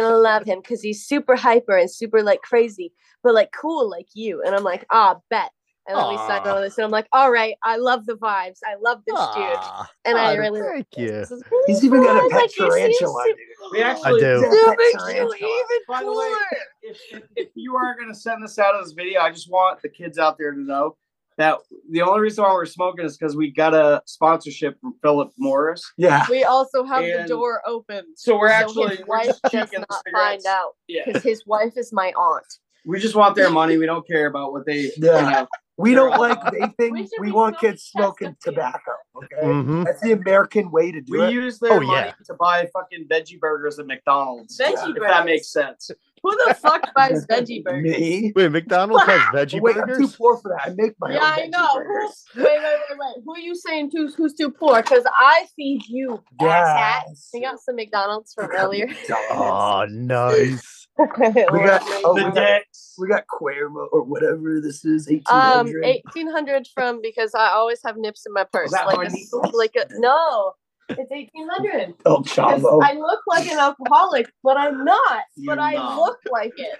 Speaker 3: gonna love him because he's super hyper and super like crazy, but like cool like you. And I'm like, ah, bet. And then we signed
Speaker 1: Aw.
Speaker 3: on this and I'm like, all right, I love the vibes. I love this dude.
Speaker 1: Aw,
Speaker 3: And I
Speaker 1: Ah, God,
Speaker 3: really like
Speaker 1: thank you.
Speaker 3: this.
Speaker 2: He's even got
Speaker 3: I
Speaker 2: a
Speaker 3: was
Speaker 2: pet
Speaker 3: like, "You seem
Speaker 2: tarantula,
Speaker 3: super-
Speaker 2: dude.
Speaker 4: We
Speaker 1: I
Speaker 4: actually,
Speaker 1: do.
Speaker 2: He's got a
Speaker 3: That
Speaker 2: pet
Speaker 3: makes you
Speaker 2: tarantula.
Speaker 3: even
Speaker 4: By the way,
Speaker 3: cooler.
Speaker 4: if, if, if you are going to send this out of this video, I just want the kids out there to know that the only reason why we're smoking is because we got a sponsorship from Philip Morris.
Speaker 2: Yeah.
Speaker 3: We also have the
Speaker 4: And-
Speaker 3: door open.
Speaker 4: So we're
Speaker 3: so
Speaker 4: actually
Speaker 3: his
Speaker 4: we're
Speaker 3: wife
Speaker 4: just
Speaker 3: does
Speaker 4: checking the
Speaker 3: not find
Speaker 4: cigarettes.
Speaker 3: out
Speaker 4: Yeah.
Speaker 3: because his wife is my aunt.
Speaker 4: We just want their money. We don't care about what they
Speaker 2: Yeah.
Speaker 4: have.
Speaker 2: We don't like vaping.
Speaker 3: We
Speaker 2: We,
Speaker 3: should be
Speaker 2: want
Speaker 3: smoking
Speaker 2: kids smoking
Speaker 3: Chesterfield.
Speaker 2: tobacco. Okay.
Speaker 1: hmm
Speaker 2: That's the American way to do
Speaker 4: Mm. We
Speaker 2: it.
Speaker 4: use their
Speaker 1: Oh,
Speaker 4: money
Speaker 1: yeah.
Speaker 4: to buy fucking veggie burgers at McDonald's.
Speaker 3: Veggie
Speaker 4: if
Speaker 3: burgers.
Speaker 4: that makes sense.
Speaker 3: Who the fuck buys veggie burgers?
Speaker 2: Me?
Speaker 1: Wait, McDonald's has veggie
Speaker 2: Wait, I'm too
Speaker 1: burgers?
Speaker 2: poor for that. I make my
Speaker 3: Yeah,
Speaker 2: own
Speaker 3: I
Speaker 2: veggie
Speaker 3: know.
Speaker 2: burgers.
Speaker 3: Who, wait, wait, wait, wait. Who you saying who's who's too poor? Because I feed you, asshat.
Speaker 2: Yes.
Speaker 3: We got some McDonald's from earlier.
Speaker 1: Oh, nice.
Speaker 2: We got oh, we got,
Speaker 4: dicks.
Speaker 2: we got Cuervo or whatever this is. Eighteen
Speaker 3: um
Speaker 2: hundred.
Speaker 3: eighteen hundred from because I always have nips in my purse.
Speaker 4: that
Speaker 3: Like a,
Speaker 4: Barney's?
Speaker 3: like a no, it's eighteen hundred.
Speaker 2: El Chavo.
Speaker 3: I look like an alcoholic, but I'm not.
Speaker 4: You're
Speaker 3: But I
Speaker 4: not.
Speaker 3: look like it.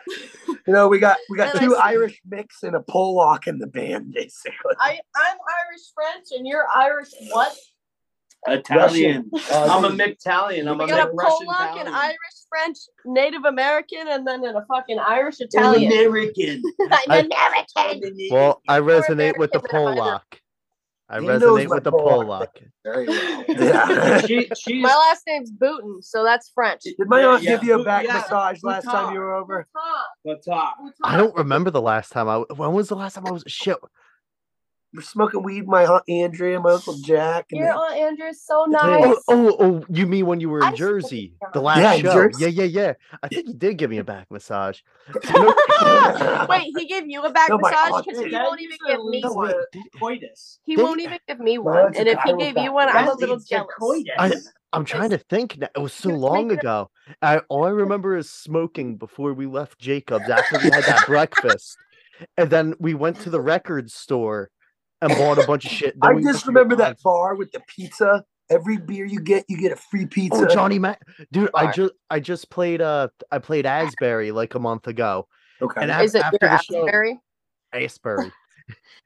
Speaker 2: you know, we got we got
Speaker 3: And I
Speaker 2: two
Speaker 3: see-
Speaker 2: Irish mix and a Pollock in the band, basically.
Speaker 3: I I'm Irish French, and you're Irish what?
Speaker 4: Italian.
Speaker 2: Uh,
Speaker 4: I'm a McTalian. I'm
Speaker 3: We
Speaker 4: a
Speaker 3: got a
Speaker 4: McRussian
Speaker 3: Polak, an
Speaker 4: Italian.
Speaker 3: Irish French, Native American, and then a fucking Irish
Speaker 4: I'm
Speaker 3: Italian.
Speaker 4: American.
Speaker 1: I-
Speaker 5: I'm American.
Speaker 1: Well, I
Speaker 3: You're
Speaker 1: resonate with the
Speaker 3: American,
Speaker 1: Pollock. I
Speaker 2: He knows
Speaker 1: resonate
Speaker 2: my
Speaker 1: with the
Speaker 2: Pollock
Speaker 1: Pollock.
Speaker 2: Very well. Yeah.
Speaker 4: She, she's,
Speaker 3: My last name's Booten, so that's French.
Speaker 2: Did my
Speaker 4: Yeah,
Speaker 2: aunt
Speaker 4: yeah.
Speaker 2: give you a
Speaker 4: Who-
Speaker 2: back
Speaker 4: yeah,
Speaker 2: massage
Speaker 4: who
Speaker 2: last time
Speaker 4: taught?
Speaker 2: you were over?
Speaker 4: the top.
Speaker 1: I don't remember the last time I. When was the last time I was shit?
Speaker 2: We're smoking weed. My aunt Andrea, my uncle Jack, and
Speaker 3: Your
Speaker 2: that-
Speaker 3: Aunt Andrew's so
Speaker 2: Yeah.
Speaker 3: nice.
Speaker 1: Oh, oh, oh! You mean when you were
Speaker 3: I
Speaker 1: in
Speaker 3: just-
Speaker 1: Jersey, the
Speaker 2: Yeah,
Speaker 1: last
Speaker 2: in
Speaker 1: show?
Speaker 2: Jersey.
Speaker 1: Yeah, yeah, yeah. I think you did give me a back massage. You know-
Speaker 3: Wait, he gave you a back
Speaker 2: No, my
Speaker 3: massage
Speaker 2: aunt
Speaker 3: because he
Speaker 2: did.
Speaker 3: won't even give me
Speaker 1: least-
Speaker 3: one.
Speaker 1: wait,
Speaker 4: coitus.
Speaker 3: He
Speaker 1: Did-
Speaker 3: won't even give me
Speaker 2: Well,
Speaker 3: one.
Speaker 2: it's a
Speaker 3: And if he gave you one, I'm a
Speaker 4: That
Speaker 3: little
Speaker 4: leads to
Speaker 3: jealous.
Speaker 4: coitus.
Speaker 1: I- I'm trying to think now. It was so
Speaker 3: You're
Speaker 1: long
Speaker 3: making a-
Speaker 1: ago. I, all I remember is smoking before we left Jacobs after we had that breakfast. And then we went to the record store and bought a bunch of shit. Then
Speaker 2: I
Speaker 1: we went
Speaker 2: just
Speaker 1: to
Speaker 2: remember
Speaker 1: John's.
Speaker 2: that bar with the pizza. Every beer you get, you get a free pizza.
Speaker 1: Oh, Johnny Mac. Dude, I
Speaker 3: Bar.
Speaker 1: just I just played uh I played Asbury like a month ago.
Speaker 2: okay.
Speaker 1: And af-
Speaker 3: Is it
Speaker 1: after
Speaker 3: your
Speaker 1: the show
Speaker 3: Asbury?
Speaker 1: Asbury.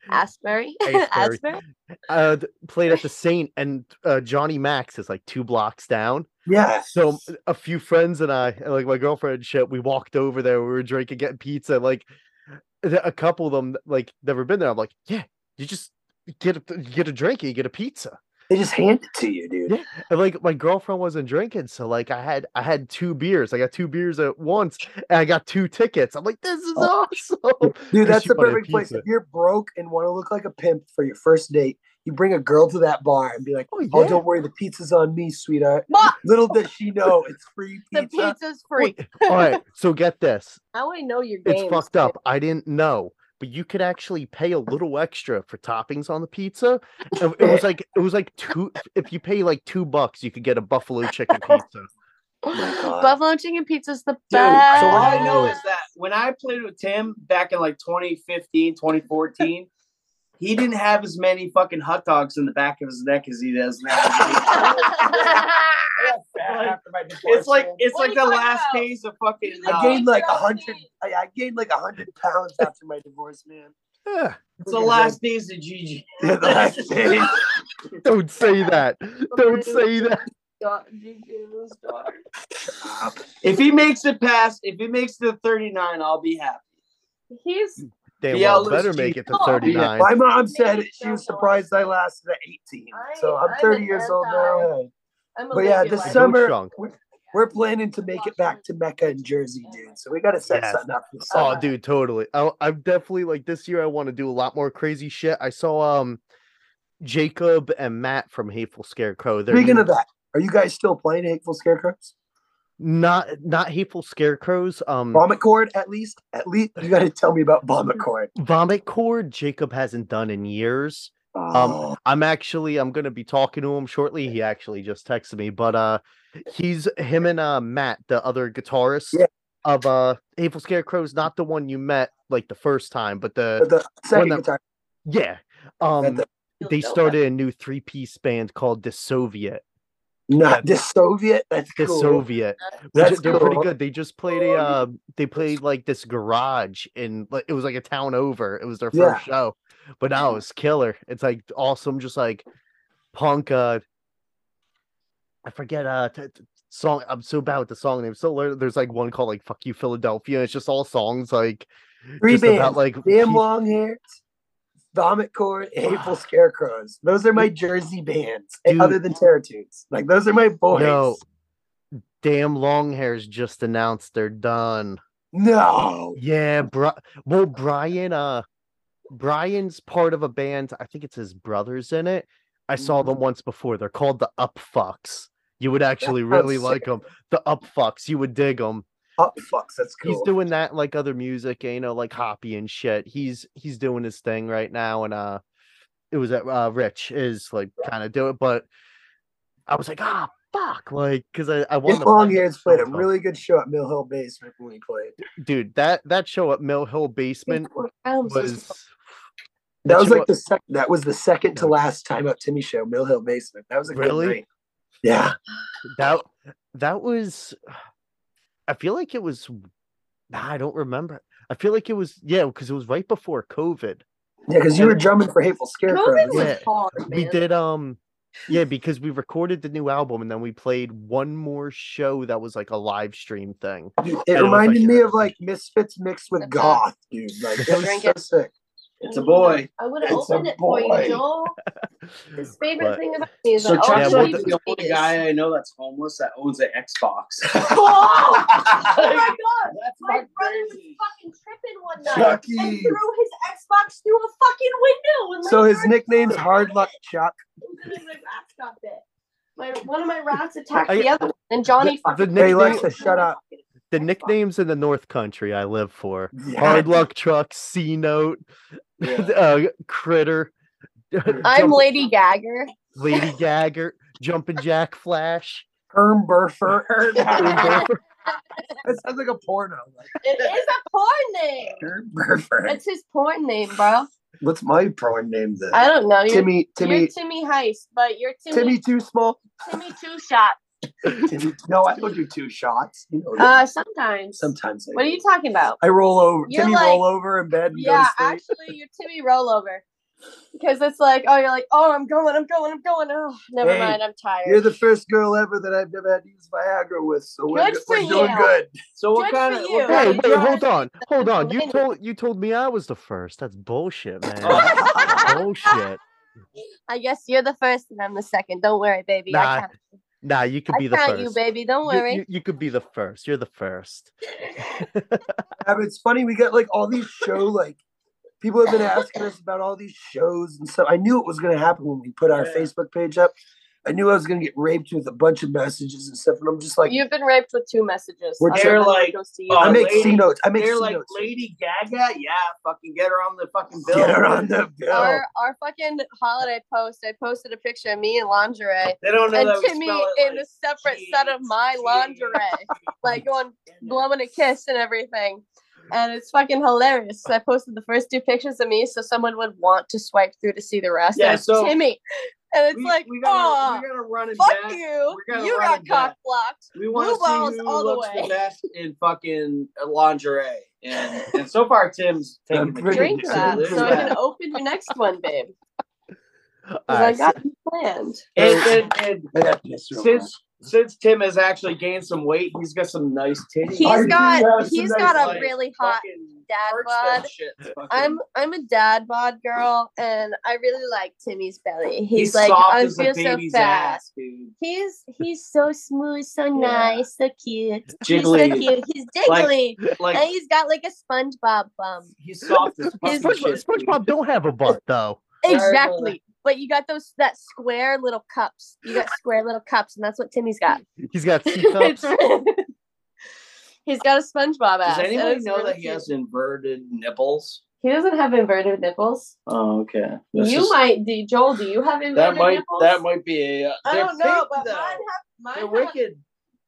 Speaker 3: Asbury?
Speaker 1: Asbury.
Speaker 3: Asbury?
Speaker 1: Uh th- played at the Saint and uh Johnny Max is like two blocks down.
Speaker 2: yeah.
Speaker 1: So a few friends and I, and, like my girlfriend and shit, we walked over there. We were drinking, getting pizza. Like th- a couple of them, like never been there. I'm like, yeah, you just get a, you get a drink and you get a pizza.
Speaker 2: They just hand it to you, dude.
Speaker 1: Yeah, and like my girlfriend wasn't drinking, so like I had I had two beers. I got two beers at once, and I got two tickets. I'm like, this is
Speaker 2: Oh.
Speaker 1: awesome.
Speaker 2: Dude,
Speaker 1: And
Speaker 2: that's
Speaker 1: she
Speaker 2: the
Speaker 1: wanted
Speaker 2: perfect place.
Speaker 1: pizza.
Speaker 2: If you're broke and want to look like a pimp for your first date, you bring a girl to that bar and be like,
Speaker 1: Oh,
Speaker 2: "Oh,
Speaker 1: yeah.
Speaker 2: don't worry, the pizza's on me, sweetheart."
Speaker 3: Ma,
Speaker 2: Little does she know, it's free
Speaker 3: the
Speaker 2: pizza.
Speaker 3: pizza's free.
Speaker 1: All right, so get this.
Speaker 3: I want to know your
Speaker 1: It's
Speaker 3: games.
Speaker 1: fucked up. I didn't know. but you could actually pay a little extra for toppings on the pizza. And It was like it was like two. If you pay like two bucks, you could get a buffalo chicken pizza.
Speaker 2: God.
Speaker 3: Buffalo chicken pizza's the
Speaker 4: Dude, so
Speaker 3: best.
Speaker 4: all I know is that when I played with Tim back in like 2015, 2014, he didn't have as many fucking hot dogs in the back of his neck as he does now. it's like it's
Speaker 3: What are you
Speaker 4: like the
Speaker 3: talking
Speaker 4: last
Speaker 3: about?
Speaker 4: days of fucking.
Speaker 2: I
Speaker 4: uh,
Speaker 2: gained like a
Speaker 3: Nah.
Speaker 2: hundred. I, I gained like a hundred pounds after my divorce, man.
Speaker 1: Yeah,
Speaker 4: it's the last days of GG.
Speaker 2: Yeah, the last days.
Speaker 1: don't say that. Don't say that.
Speaker 4: If he makes it past, if he makes the 39, I'll be happy.
Speaker 3: He's
Speaker 1: They
Speaker 4: Yeah,
Speaker 1: well
Speaker 4: let's
Speaker 1: better
Speaker 4: do-
Speaker 1: make it to
Speaker 3: Oh, yeah.
Speaker 1: thirty nine.
Speaker 2: My mom said she was surprised I lasted at 18. So I'm 30 years old now. hey.
Speaker 3: I'm a
Speaker 2: But yeah,
Speaker 3: lady
Speaker 2: this
Speaker 3: like-
Speaker 1: summer-
Speaker 2: summer
Speaker 1: Shunk.
Speaker 2: we're, we're planning to make it back to Mecca and Jersey, dude. So we got to set
Speaker 1: Yes.
Speaker 2: something up. this
Speaker 1: Oh,
Speaker 2: summer.
Speaker 1: dude, totally. I, I'm definitely like this year. I want to do a lot more crazy shit. I saw um Jacob and Matt from Hateful Scarecrow. They're
Speaker 2: Speaking of that, are you guys still playing Hateful Scarecrows?
Speaker 1: not not Hateful Scarecrows. Um,
Speaker 2: Vomit Cord, at least? At least you got to tell me about Vomit Cord.
Speaker 1: Vomit Core. Jacob hasn't done in years. Um,
Speaker 2: Oh,
Speaker 1: I'm actually I'm gonna be talking to him shortly. He actually just texted me, but uh he's him and uh Matt, the other guitarist
Speaker 2: Yeah.
Speaker 1: of uh Hateful Scarecrow's not the one you met like the first time, but the
Speaker 2: the second
Speaker 1: that-
Speaker 2: guitar.
Speaker 1: yeah. Um
Speaker 2: the-
Speaker 1: they started a new three piece band called The Soviet.
Speaker 2: Not the Soviet. That's
Speaker 1: The
Speaker 2: cool.
Speaker 1: Soviet. Which
Speaker 2: That's
Speaker 1: they're pretty
Speaker 2: cool.
Speaker 1: good. They just played a uh, they played like this garage in like it was like a town over. It was their
Speaker 2: Yeah.
Speaker 1: first show. But now it's killer. It's like awesome, just like punk uh I forget uh t- t- song I'm so bad with the song name. So lear- there's like one called like Fuck You Philadelphia. It's just all songs like
Speaker 2: Three
Speaker 1: just
Speaker 2: bands.
Speaker 1: about like
Speaker 2: Damn
Speaker 1: peop-
Speaker 2: long hairs, vomit cord, and hateful scarecrows. Those are my Jersey bands. and
Speaker 1: Dude.
Speaker 2: Other than Terratunes, like those are my boys.
Speaker 1: No. damn long hairs just announced they're done.
Speaker 2: no.
Speaker 1: Yeah, bro. Well, Brian, uh, Brian's part of a band. I think it's his brothers in it. I saw
Speaker 2: Mm-hmm.
Speaker 1: them once before. They're called the Up Fucks. You would actually
Speaker 2: sounds
Speaker 1: really
Speaker 2: sick.
Speaker 1: like them. The Up Fucks. You would dig them.
Speaker 2: Oh fucks, that's cool.
Speaker 1: He's doing that and, like other music, you know, like hoppy and shit. He's he's doing his thing right now, and uh, it was at uh, Rich is like kind of do it, but I was like, ah, fuck, like because I I
Speaker 2: Damn
Speaker 1: wanted to play
Speaker 2: long
Speaker 1: that
Speaker 2: hairs played a
Speaker 1: song.
Speaker 2: really good show at Mill Hill Basement when we played.
Speaker 1: dude that that show at Mill Hill Basement
Speaker 3: I'm so
Speaker 1: was.
Speaker 2: That was
Speaker 1: show
Speaker 2: like the sec- that was the second to
Speaker 1: Yeah.
Speaker 2: last time up Timmy show, Mill Hill Basement. That was a
Speaker 1: Really?
Speaker 2: good night. Yeah.
Speaker 1: that that was i feel like it was i don't remember i feel like it was yeah because it was right before covid
Speaker 2: Yeah, because you were drumming for Hateful Scarecrows.
Speaker 3: COVID
Speaker 1: Yeah.
Speaker 3: was hard, man.
Speaker 1: we did um yeah because we recorded the new album and then we played one more show that was like a live stream thing
Speaker 2: It
Speaker 1: was like-
Speaker 2: reminded me of like Misfits mixed with
Speaker 3: That's
Speaker 2: goth, dude. Like that was
Speaker 3: Drink
Speaker 2: so
Speaker 3: it.
Speaker 2: sick.
Speaker 4: It's
Speaker 3: Mm-hmm.
Speaker 4: a boy.
Speaker 3: I would have
Speaker 2: It's a
Speaker 3: opened it for
Speaker 2: boy.
Speaker 3: you, Joel. His favorite
Speaker 1: But-
Speaker 3: thing about me is
Speaker 4: So
Speaker 3: I
Speaker 4: Chuck's
Speaker 1: yeah, well,
Speaker 4: like
Speaker 3: always
Speaker 1: the-
Speaker 4: the only guy I know that's homeless that owns an Xbox.
Speaker 3: Oh! Oh my god!
Speaker 4: That's
Speaker 3: My
Speaker 4: not
Speaker 3: brother was
Speaker 2: E.
Speaker 4: crazy.
Speaker 3: fucking tripping one night and
Speaker 2: Chucky.
Speaker 3: threw his Xbox through a fucking window. And
Speaker 2: So
Speaker 3: like,
Speaker 2: his
Speaker 3: started
Speaker 2: nickname's
Speaker 3: crying.
Speaker 2: Hard Luck Chuck.
Speaker 3: And then my rats got bit. My, one of my rats attacked
Speaker 1: I-
Speaker 3: the other one, and Johnny
Speaker 1: the- the
Speaker 3: fucking.
Speaker 1: Hey,
Speaker 2: Alexa, shut up.
Speaker 1: the nicknames in the north country i live for
Speaker 2: Yeah.
Speaker 1: hard luck truck c note uh, critter
Speaker 3: I'm
Speaker 1: Jump-
Speaker 3: Lady Gagger.
Speaker 1: lady gagger jumping jack flash
Speaker 2: Herm Burfer.
Speaker 1: Boom
Speaker 2: that
Speaker 1: Burfer.
Speaker 2: sounds like a porno. Like,
Speaker 3: It is a porn name.
Speaker 2: Herm Burfer.
Speaker 3: It's his porn name, bro.
Speaker 2: What's my porn name then?
Speaker 3: I don't know. You're
Speaker 2: Timmy,
Speaker 3: You're
Speaker 2: Timmy,
Speaker 3: Timmy Heist, but you're
Speaker 2: Timmy
Speaker 3: Timmy
Speaker 2: Too Small.
Speaker 3: Timmy, Two Shot.
Speaker 2: Timmy, no, I don't do two shots. You know, that.
Speaker 3: Uh, sometimes.
Speaker 2: sometimes I,
Speaker 3: What are
Speaker 2: do.
Speaker 3: you talking about?
Speaker 2: I roll over.
Speaker 3: You're
Speaker 2: Timmy
Speaker 3: like-
Speaker 2: roll over in bed and
Speaker 3: Yeah,
Speaker 2: go to sleep.
Speaker 3: actually, you're Timmy Rollover, because it's like, oh, you're like, oh, I'm going, I'm going, I'm going. Oh, never
Speaker 2: Hey,
Speaker 3: mind, I'm tired.
Speaker 2: You're the first girl ever that I've never had to use Viagra with, so we're,
Speaker 3: Good
Speaker 2: go- we're
Speaker 3: for
Speaker 2: doing
Speaker 3: you.
Speaker 2: good.
Speaker 4: So what
Speaker 3: Good
Speaker 4: kind
Speaker 3: for
Speaker 4: of?
Speaker 3: you.
Speaker 4: What
Speaker 1: Hey,
Speaker 3: Right,
Speaker 4: kind
Speaker 1: wait,
Speaker 4: of drug-
Speaker 1: hold on, hold on. You
Speaker 3: Wait.
Speaker 1: told you told me I was the first. That's bullshit, man.
Speaker 2: Oh.
Speaker 1: bullshit.
Speaker 3: I guess you're the first and I'm the second. Don't worry, baby.
Speaker 1: Nah,
Speaker 3: I count,
Speaker 1: Nah, you could
Speaker 3: I
Speaker 1: be the
Speaker 3: count
Speaker 1: first.
Speaker 3: you, baby. Don't
Speaker 1: You-
Speaker 3: worry.
Speaker 1: You, you could be the first. You're the first.
Speaker 2: I mean, it's funny we got like all these show like people have been asking us about all these shows and stuff. I knew it was going to happen when we put our
Speaker 4: Yeah.
Speaker 2: Facebook page up. I knew I was gonna get raped with a bunch of messages and stuff, and I'm just like,
Speaker 3: You've been raped with two messages.
Speaker 2: We're
Speaker 3: Other
Speaker 2: They're
Speaker 3: than what
Speaker 4: like,
Speaker 3: goes to you.
Speaker 4: uh,
Speaker 2: I make
Speaker 4: lady-
Speaker 2: C notes. I make
Speaker 4: They're
Speaker 2: C
Speaker 4: like
Speaker 2: notes.
Speaker 4: Lady Gaga. Yeah, fucking get her on the fucking bill.
Speaker 2: Get her on the bill.
Speaker 3: our our fucking holiday post. I posted a picture of me in lingerie
Speaker 4: They don't know
Speaker 3: and
Speaker 4: that we
Speaker 3: Timmy
Speaker 4: spell it
Speaker 3: in
Speaker 4: like
Speaker 3: a separate set of my
Speaker 4: G- E
Speaker 3: lingerie, like going blowing a kiss and everything. And it's fucking hilarious. I posted the first two pictures of me so someone would want to swipe through to see the rest.
Speaker 4: Yeah,
Speaker 3: And it's
Speaker 4: so-
Speaker 3: Timmy. And it's
Speaker 4: we,
Speaker 3: like,
Speaker 4: we
Speaker 3: oh,
Speaker 4: gotta, we gotta run it
Speaker 3: fuck
Speaker 4: back.
Speaker 3: you.
Speaker 4: we gotta
Speaker 3: You
Speaker 4: run
Speaker 3: got
Speaker 4: it
Speaker 3: cock
Speaker 4: back.
Speaker 3: blocked.
Speaker 4: We want
Speaker 3: Blue balls
Speaker 4: to see who
Speaker 3: all the
Speaker 4: looks the,
Speaker 3: way.
Speaker 4: best in fucking uh, lingerie. And, and so far, Tim's taking
Speaker 2: I'm
Speaker 4: the
Speaker 2: pretty
Speaker 3: Drink
Speaker 2: Yeah,
Speaker 3: that
Speaker 2: there's
Speaker 3: so I can
Speaker 4: that.
Speaker 3: open your next one, babe. 'Cause
Speaker 1: All
Speaker 3: I
Speaker 1: right,
Speaker 3: got you planned.
Speaker 4: And, and, and
Speaker 2: I got this real fast.
Speaker 4: since since Tim has actually gained some weight, he's got some nice titties.
Speaker 3: He's
Speaker 2: I do
Speaker 3: got
Speaker 2: have some
Speaker 3: he's
Speaker 2: nice
Speaker 3: got a
Speaker 4: Like,
Speaker 3: really hot
Speaker 4: fucking
Speaker 3: dad
Speaker 4: perks
Speaker 3: bod.
Speaker 4: those shits, fucking-
Speaker 3: I'm I'm a dad bod girl, and I really like Timmy's belly. He's,
Speaker 4: he's
Speaker 3: like
Speaker 4: soft
Speaker 3: I
Speaker 4: as a
Speaker 3: feel so
Speaker 4: baby's
Speaker 3: fast.
Speaker 4: ass, dude.
Speaker 3: He's he's so smooth, so nice, so cute.
Speaker 4: Jiggly.
Speaker 3: He's so cute. He's
Speaker 4: Like-
Speaker 3: jiggly, and
Speaker 4: Like
Speaker 3: he's got like a SpongeBob bum.
Speaker 4: he's soft as
Speaker 1: SpongeBob,
Speaker 4: fucking shit. dude.
Speaker 1: SpongeBob don't have a butt though.
Speaker 4: Sorry, Lola.
Speaker 3: Exactly. But you got those that square little cups. You got square little cups, and that's what Timmy's got.
Speaker 1: He's got C
Speaker 3: It's-
Speaker 1: cups.
Speaker 3: he's got a SpongeBob ass.
Speaker 4: Does
Speaker 3: and
Speaker 4: anybody
Speaker 3: it's
Speaker 4: know
Speaker 3: really
Speaker 4: that he
Speaker 3: cute.
Speaker 4: has inverted nipples?
Speaker 3: He doesn't have inverted nipples.
Speaker 4: Oh, okay.
Speaker 3: you might, do, Joel. Do you have inverted
Speaker 4: that might
Speaker 3: nipples?
Speaker 4: that might be a. uh,
Speaker 3: I
Speaker 4: they're
Speaker 3: don't know,
Speaker 4: pink,
Speaker 3: but
Speaker 4: though.
Speaker 3: mine
Speaker 4: They're
Speaker 3: have mine. Have,
Speaker 4: wicked.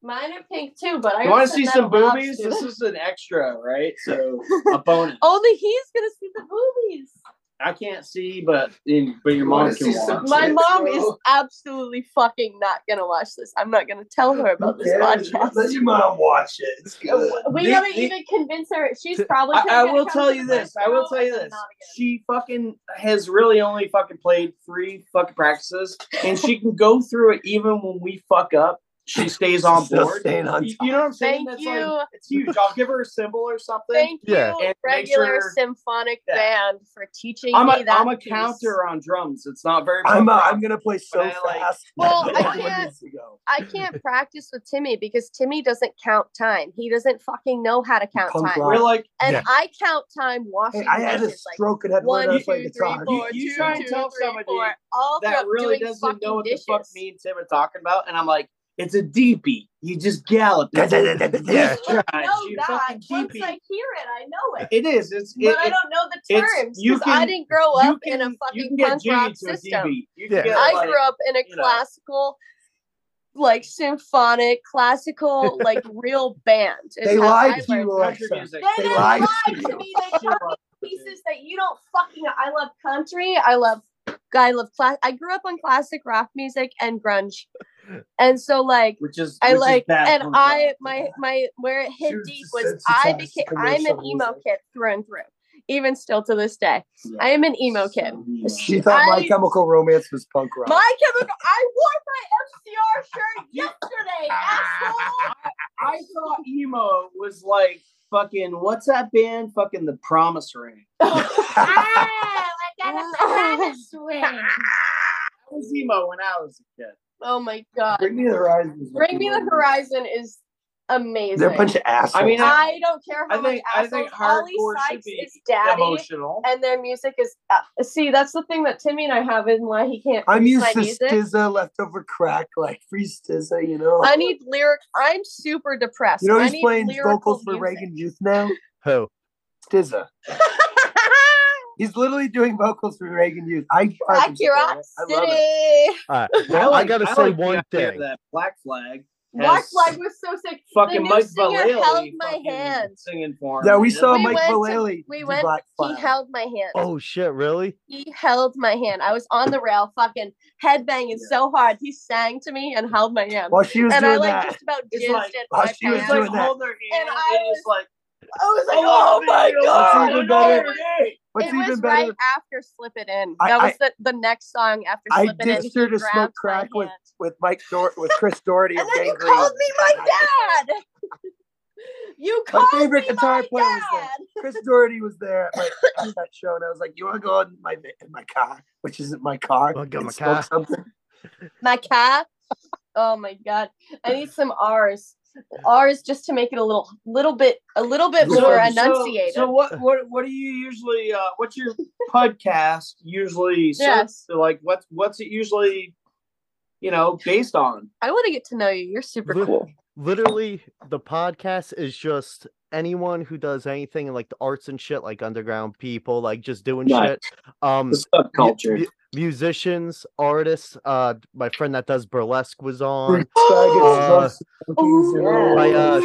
Speaker 3: mine are pink too, but I
Speaker 4: You want
Speaker 3: already
Speaker 4: to
Speaker 3: said
Speaker 4: see
Speaker 3: that
Speaker 4: some
Speaker 3: out loud,
Speaker 4: boobies?
Speaker 3: Steven.
Speaker 4: This is an extra, right? So a bonus.
Speaker 3: Only he's gonna see the boobies.
Speaker 4: I can't see, but in, but your
Speaker 2: You
Speaker 4: mom
Speaker 2: wanna
Speaker 4: can
Speaker 2: see some-
Speaker 4: watch.
Speaker 3: My
Speaker 2: Tits,
Speaker 3: mom is
Speaker 2: bro.
Speaker 3: absolutely fucking not gonna watch this. I'm not gonna tell her about this
Speaker 2: Yeah, Let
Speaker 3: podcast.
Speaker 2: your mom watch it. It's good.
Speaker 3: We
Speaker 4: The-
Speaker 3: haven't
Speaker 4: the-
Speaker 3: even convinced her. She's probably.
Speaker 4: I, I
Speaker 3: gonna
Speaker 4: will
Speaker 3: come
Speaker 4: tell
Speaker 3: to
Speaker 4: you
Speaker 3: the
Speaker 4: this. I will
Speaker 3: show
Speaker 4: tell you
Speaker 3: and then
Speaker 4: this.
Speaker 3: not again.
Speaker 4: She fucking has really only fucking played three fucking practices, and she can go through it even when we fuck up. She stays on
Speaker 2: Still
Speaker 4: board.
Speaker 2: staying on
Speaker 4: You, you know what I'm saying?
Speaker 3: Thank
Speaker 4: That's
Speaker 3: you.
Speaker 4: like it's huge. I'll give her a symbol or something.
Speaker 3: Thank
Speaker 1: Yeah.
Speaker 3: you,
Speaker 4: And make
Speaker 3: regular
Speaker 4: sure-
Speaker 3: symphonic
Speaker 4: Yeah.
Speaker 3: band, for teaching
Speaker 4: I'm
Speaker 3: me
Speaker 4: a
Speaker 3: that.
Speaker 4: am a
Speaker 3: piece.
Speaker 4: counter on drums. It's not very.
Speaker 2: I'm uh,
Speaker 4: fun.
Speaker 2: I'm gonna play so
Speaker 4: But I, like-
Speaker 2: fast.
Speaker 3: Well,
Speaker 2: that
Speaker 3: I
Speaker 2: everyone
Speaker 3: can't-
Speaker 2: needs to go.
Speaker 3: I can't practice with Timmy because Timmy doesn't count time. He doesn't fucking know how to count
Speaker 2: Punk
Speaker 3: time.
Speaker 2: rock.
Speaker 4: We're like
Speaker 3: And
Speaker 1: Yeah.
Speaker 3: I count time washing
Speaker 2: Hey, I had a
Speaker 3: dishes. Like
Speaker 2: stroke and had one
Speaker 3: one, two,
Speaker 2: eye
Speaker 3: three,
Speaker 2: playing guitar.
Speaker 3: four,
Speaker 4: You- you
Speaker 3: two,
Speaker 4: try and
Speaker 3: two,
Speaker 4: tell
Speaker 3: three,
Speaker 4: somebody
Speaker 3: four, all
Speaker 4: that
Speaker 3: throughout
Speaker 4: really
Speaker 3: doing
Speaker 4: doesn't know
Speaker 3: fucking
Speaker 4: what
Speaker 3: dishes.
Speaker 4: the fuck me and Tim are talking about, and I'm like, it's a deepy. You just gallop. It's a
Speaker 1: Yeah.
Speaker 3: I
Speaker 4: God,
Speaker 3: know
Speaker 4: you
Speaker 3: that.
Speaker 4: fucking
Speaker 3: Once
Speaker 4: deepy.
Speaker 3: I hear it, I know it.
Speaker 4: It is. It's.
Speaker 3: But
Speaker 4: it-
Speaker 3: I
Speaker 4: it-
Speaker 3: don't know the
Speaker 4: it's-
Speaker 3: terms
Speaker 4: you
Speaker 3: because I
Speaker 4: can-
Speaker 3: didn't grow
Speaker 4: you
Speaker 3: up
Speaker 4: can-
Speaker 3: in a
Speaker 4: you
Speaker 3: fucking
Speaker 4: can get
Speaker 3: punk
Speaker 4: junior
Speaker 3: rock
Speaker 4: to a
Speaker 3: system.
Speaker 4: DB. You can
Speaker 1: Yeah.
Speaker 4: get,
Speaker 3: I
Speaker 4: like-
Speaker 3: grew up in a
Speaker 4: you know.
Speaker 3: classical, like symphonic, classical, like real band. is
Speaker 2: They
Speaker 3: how I
Speaker 2: lied to you,
Speaker 3: learned.
Speaker 4: country
Speaker 2: Alexa.
Speaker 4: music.
Speaker 3: They,
Speaker 2: They
Speaker 3: didn't
Speaker 2: lied
Speaker 3: lie
Speaker 2: to
Speaker 3: to
Speaker 2: you.
Speaker 3: me. They taught me pieces that you don't fucking. I love country. I love. I love class. I grew up on classic rock music and grunge, and so like
Speaker 4: Which is.
Speaker 3: I
Speaker 4: which is
Speaker 3: like,
Speaker 4: bad
Speaker 3: and
Speaker 4: punk rock.
Speaker 3: I my my where it hit
Speaker 2: She was
Speaker 3: deep
Speaker 2: just
Speaker 3: was I
Speaker 2: sensitized to
Speaker 3: became I'm an
Speaker 2: commercial
Speaker 3: emo
Speaker 2: music.
Speaker 3: kid through and through, even still to this day.
Speaker 4: Yeah.
Speaker 3: I am an emo kid.
Speaker 2: She thought My
Speaker 3: I-
Speaker 2: Chemical Romance was punk rock.
Speaker 3: My chemical. I wore my MCR shirt yesterday,
Speaker 2: Ah.
Speaker 3: asshole.
Speaker 4: I thought emo was like fucking what's that band? Fucking the Promise Ring.
Speaker 3: Ah,
Speaker 5: I got a promise ring.
Speaker 4: I was emo when I was a kid.
Speaker 3: Oh my god!
Speaker 2: Bring me the horizon. was
Speaker 3: Bring me the
Speaker 2: fucking
Speaker 3: horizon is amazing.
Speaker 2: amazing. They're a bunch of assholes.
Speaker 4: I mean,
Speaker 3: I don't care how
Speaker 4: I think- I
Speaker 3: much
Speaker 4: think
Speaker 3: assholes. Ollie
Speaker 4: hardcore should
Speaker 3: Sykes
Speaker 4: be
Speaker 3: is daddy,
Speaker 4: Emotional.
Speaker 3: and their music is. Uh, see, that's the thing that Timmy and I have, and why he can't.
Speaker 2: I'm
Speaker 3: produce
Speaker 2: used
Speaker 3: my
Speaker 2: to
Speaker 3: music.
Speaker 2: SZA, leftover crack, like free SZA, you know.
Speaker 3: I need lyric. I'm super depressed.
Speaker 2: you know
Speaker 3: I
Speaker 2: he's
Speaker 3: need
Speaker 2: playing
Speaker 3: lyrical
Speaker 2: vocals for
Speaker 3: music.
Speaker 2: Reagan Youth now.
Speaker 1: Who?
Speaker 2: SZA. He's literally doing vocals for Reagan Youth. I
Speaker 3: Back your
Speaker 2: I
Speaker 3: ox
Speaker 2: love it.
Speaker 3: City.
Speaker 1: All right. Well, I,
Speaker 4: like-
Speaker 1: gotta
Speaker 4: I
Speaker 1: say
Speaker 4: like the
Speaker 1: one
Speaker 4: idea of
Speaker 1: thing.
Speaker 4: That Black Flag.
Speaker 3: Black
Speaker 4: has
Speaker 3: Flag was so sick.
Speaker 4: Fucking
Speaker 3: the new
Speaker 4: Mike
Speaker 3: singer
Speaker 4: Vallely
Speaker 3: held my
Speaker 4: fucking
Speaker 3: hand.
Speaker 4: Singing for him.
Speaker 2: Yeah, we
Speaker 4: And
Speaker 2: saw
Speaker 4: it-
Speaker 3: We
Speaker 2: Mike
Speaker 3: went to-
Speaker 2: Vallely.
Speaker 3: we
Speaker 2: do
Speaker 3: went-
Speaker 2: Black
Speaker 3: He
Speaker 2: Flag.
Speaker 3: held my hand.
Speaker 1: Oh shit! Really?
Speaker 3: He held my hand. I was on the rail, fucking headbanging so hard. He sang to me and held my hand.
Speaker 2: While she was
Speaker 3: and I
Speaker 2: doing
Speaker 3: like
Speaker 2: that,
Speaker 3: just about
Speaker 4: It's
Speaker 3: jizzed
Speaker 4: like-
Speaker 3: in
Speaker 2: while
Speaker 3: my
Speaker 2: she was
Speaker 4: It's
Speaker 3: pants.
Speaker 4: like
Speaker 2: doing that.
Speaker 4: hold their hand
Speaker 3: And
Speaker 4: and,
Speaker 3: I
Speaker 4: it's like
Speaker 3: I was like,
Speaker 4: "Oh,
Speaker 3: oh my
Speaker 4: video,
Speaker 3: god!
Speaker 2: even
Speaker 4: another
Speaker 2: better.
Speaker 4: day."
Speaker 2: what's
Speaker 3: it was
Speaker 2: even better?
Speaker 3: right after "Slip It In."
Speaker 2: I-
Speaker 3: That was
Speaker 2: I-
Speaker 3: the, the next song after
Speaker 2: I
Speaker 3: "Slip It In."
Speaker 2: ditched her to
Speaker 3: grabbed
Speaker 2: smoke
Speaker 3: my
Speaker 2: crack with,
Speaker 3: hand.
Speaker 2: with Mike Dor- with Chris Doherty
Speaker 3: And
Speaker 2: of
Speaker 3: then
Speaker 2: Gang
Speaker 3: you
Speaker 2: Green.
Speaker 3: called me my dad. you
Speaker 2: My
Speaker 3: called
Speaker 2: favorite
Speaker 3: me
Speaker 2: guitar
Speaker 3: my
Speaker 2: player was there.
Speaker 3: dad.
Speaker 2: Chris Doherty was there at, my, at that show, and I was like, "You want to go in my in my car, which isn't my car,
Speaker 1: Wanna go in
Speaker 2: and
Speaker 1: my
Speaker 2: smoke
Speaker 1: car?"
Speaker 2: something?"
Speaker 3: My cat. Oh my god! I need some R's. R's just to make it a little, little bit, a little bit
Speaker 2: So-
Speaker 3: more enunciated.
Speaker 4: So, what what what do you usually uh what's your podcast usually serve
Speaker 3: Yes.
Speaker 4: to, like what's what's it usually you know, based on.
Speaker 3: I want to get to know you. You're super
Speaker 1: Look-
Speaker 3: cool.
Speaker 1: literally the podcast is just anyone who does anything in like the arts and shit like underground people like just doing
Speaker 4: Nice.
Speaker 1: shit um
Speaker 4: The subculture.
Speaker 1: mu- musicians artists uh my friend that does burlesque was on Uh,
Speaker 3: Oh,
Speaker 1: my, uh,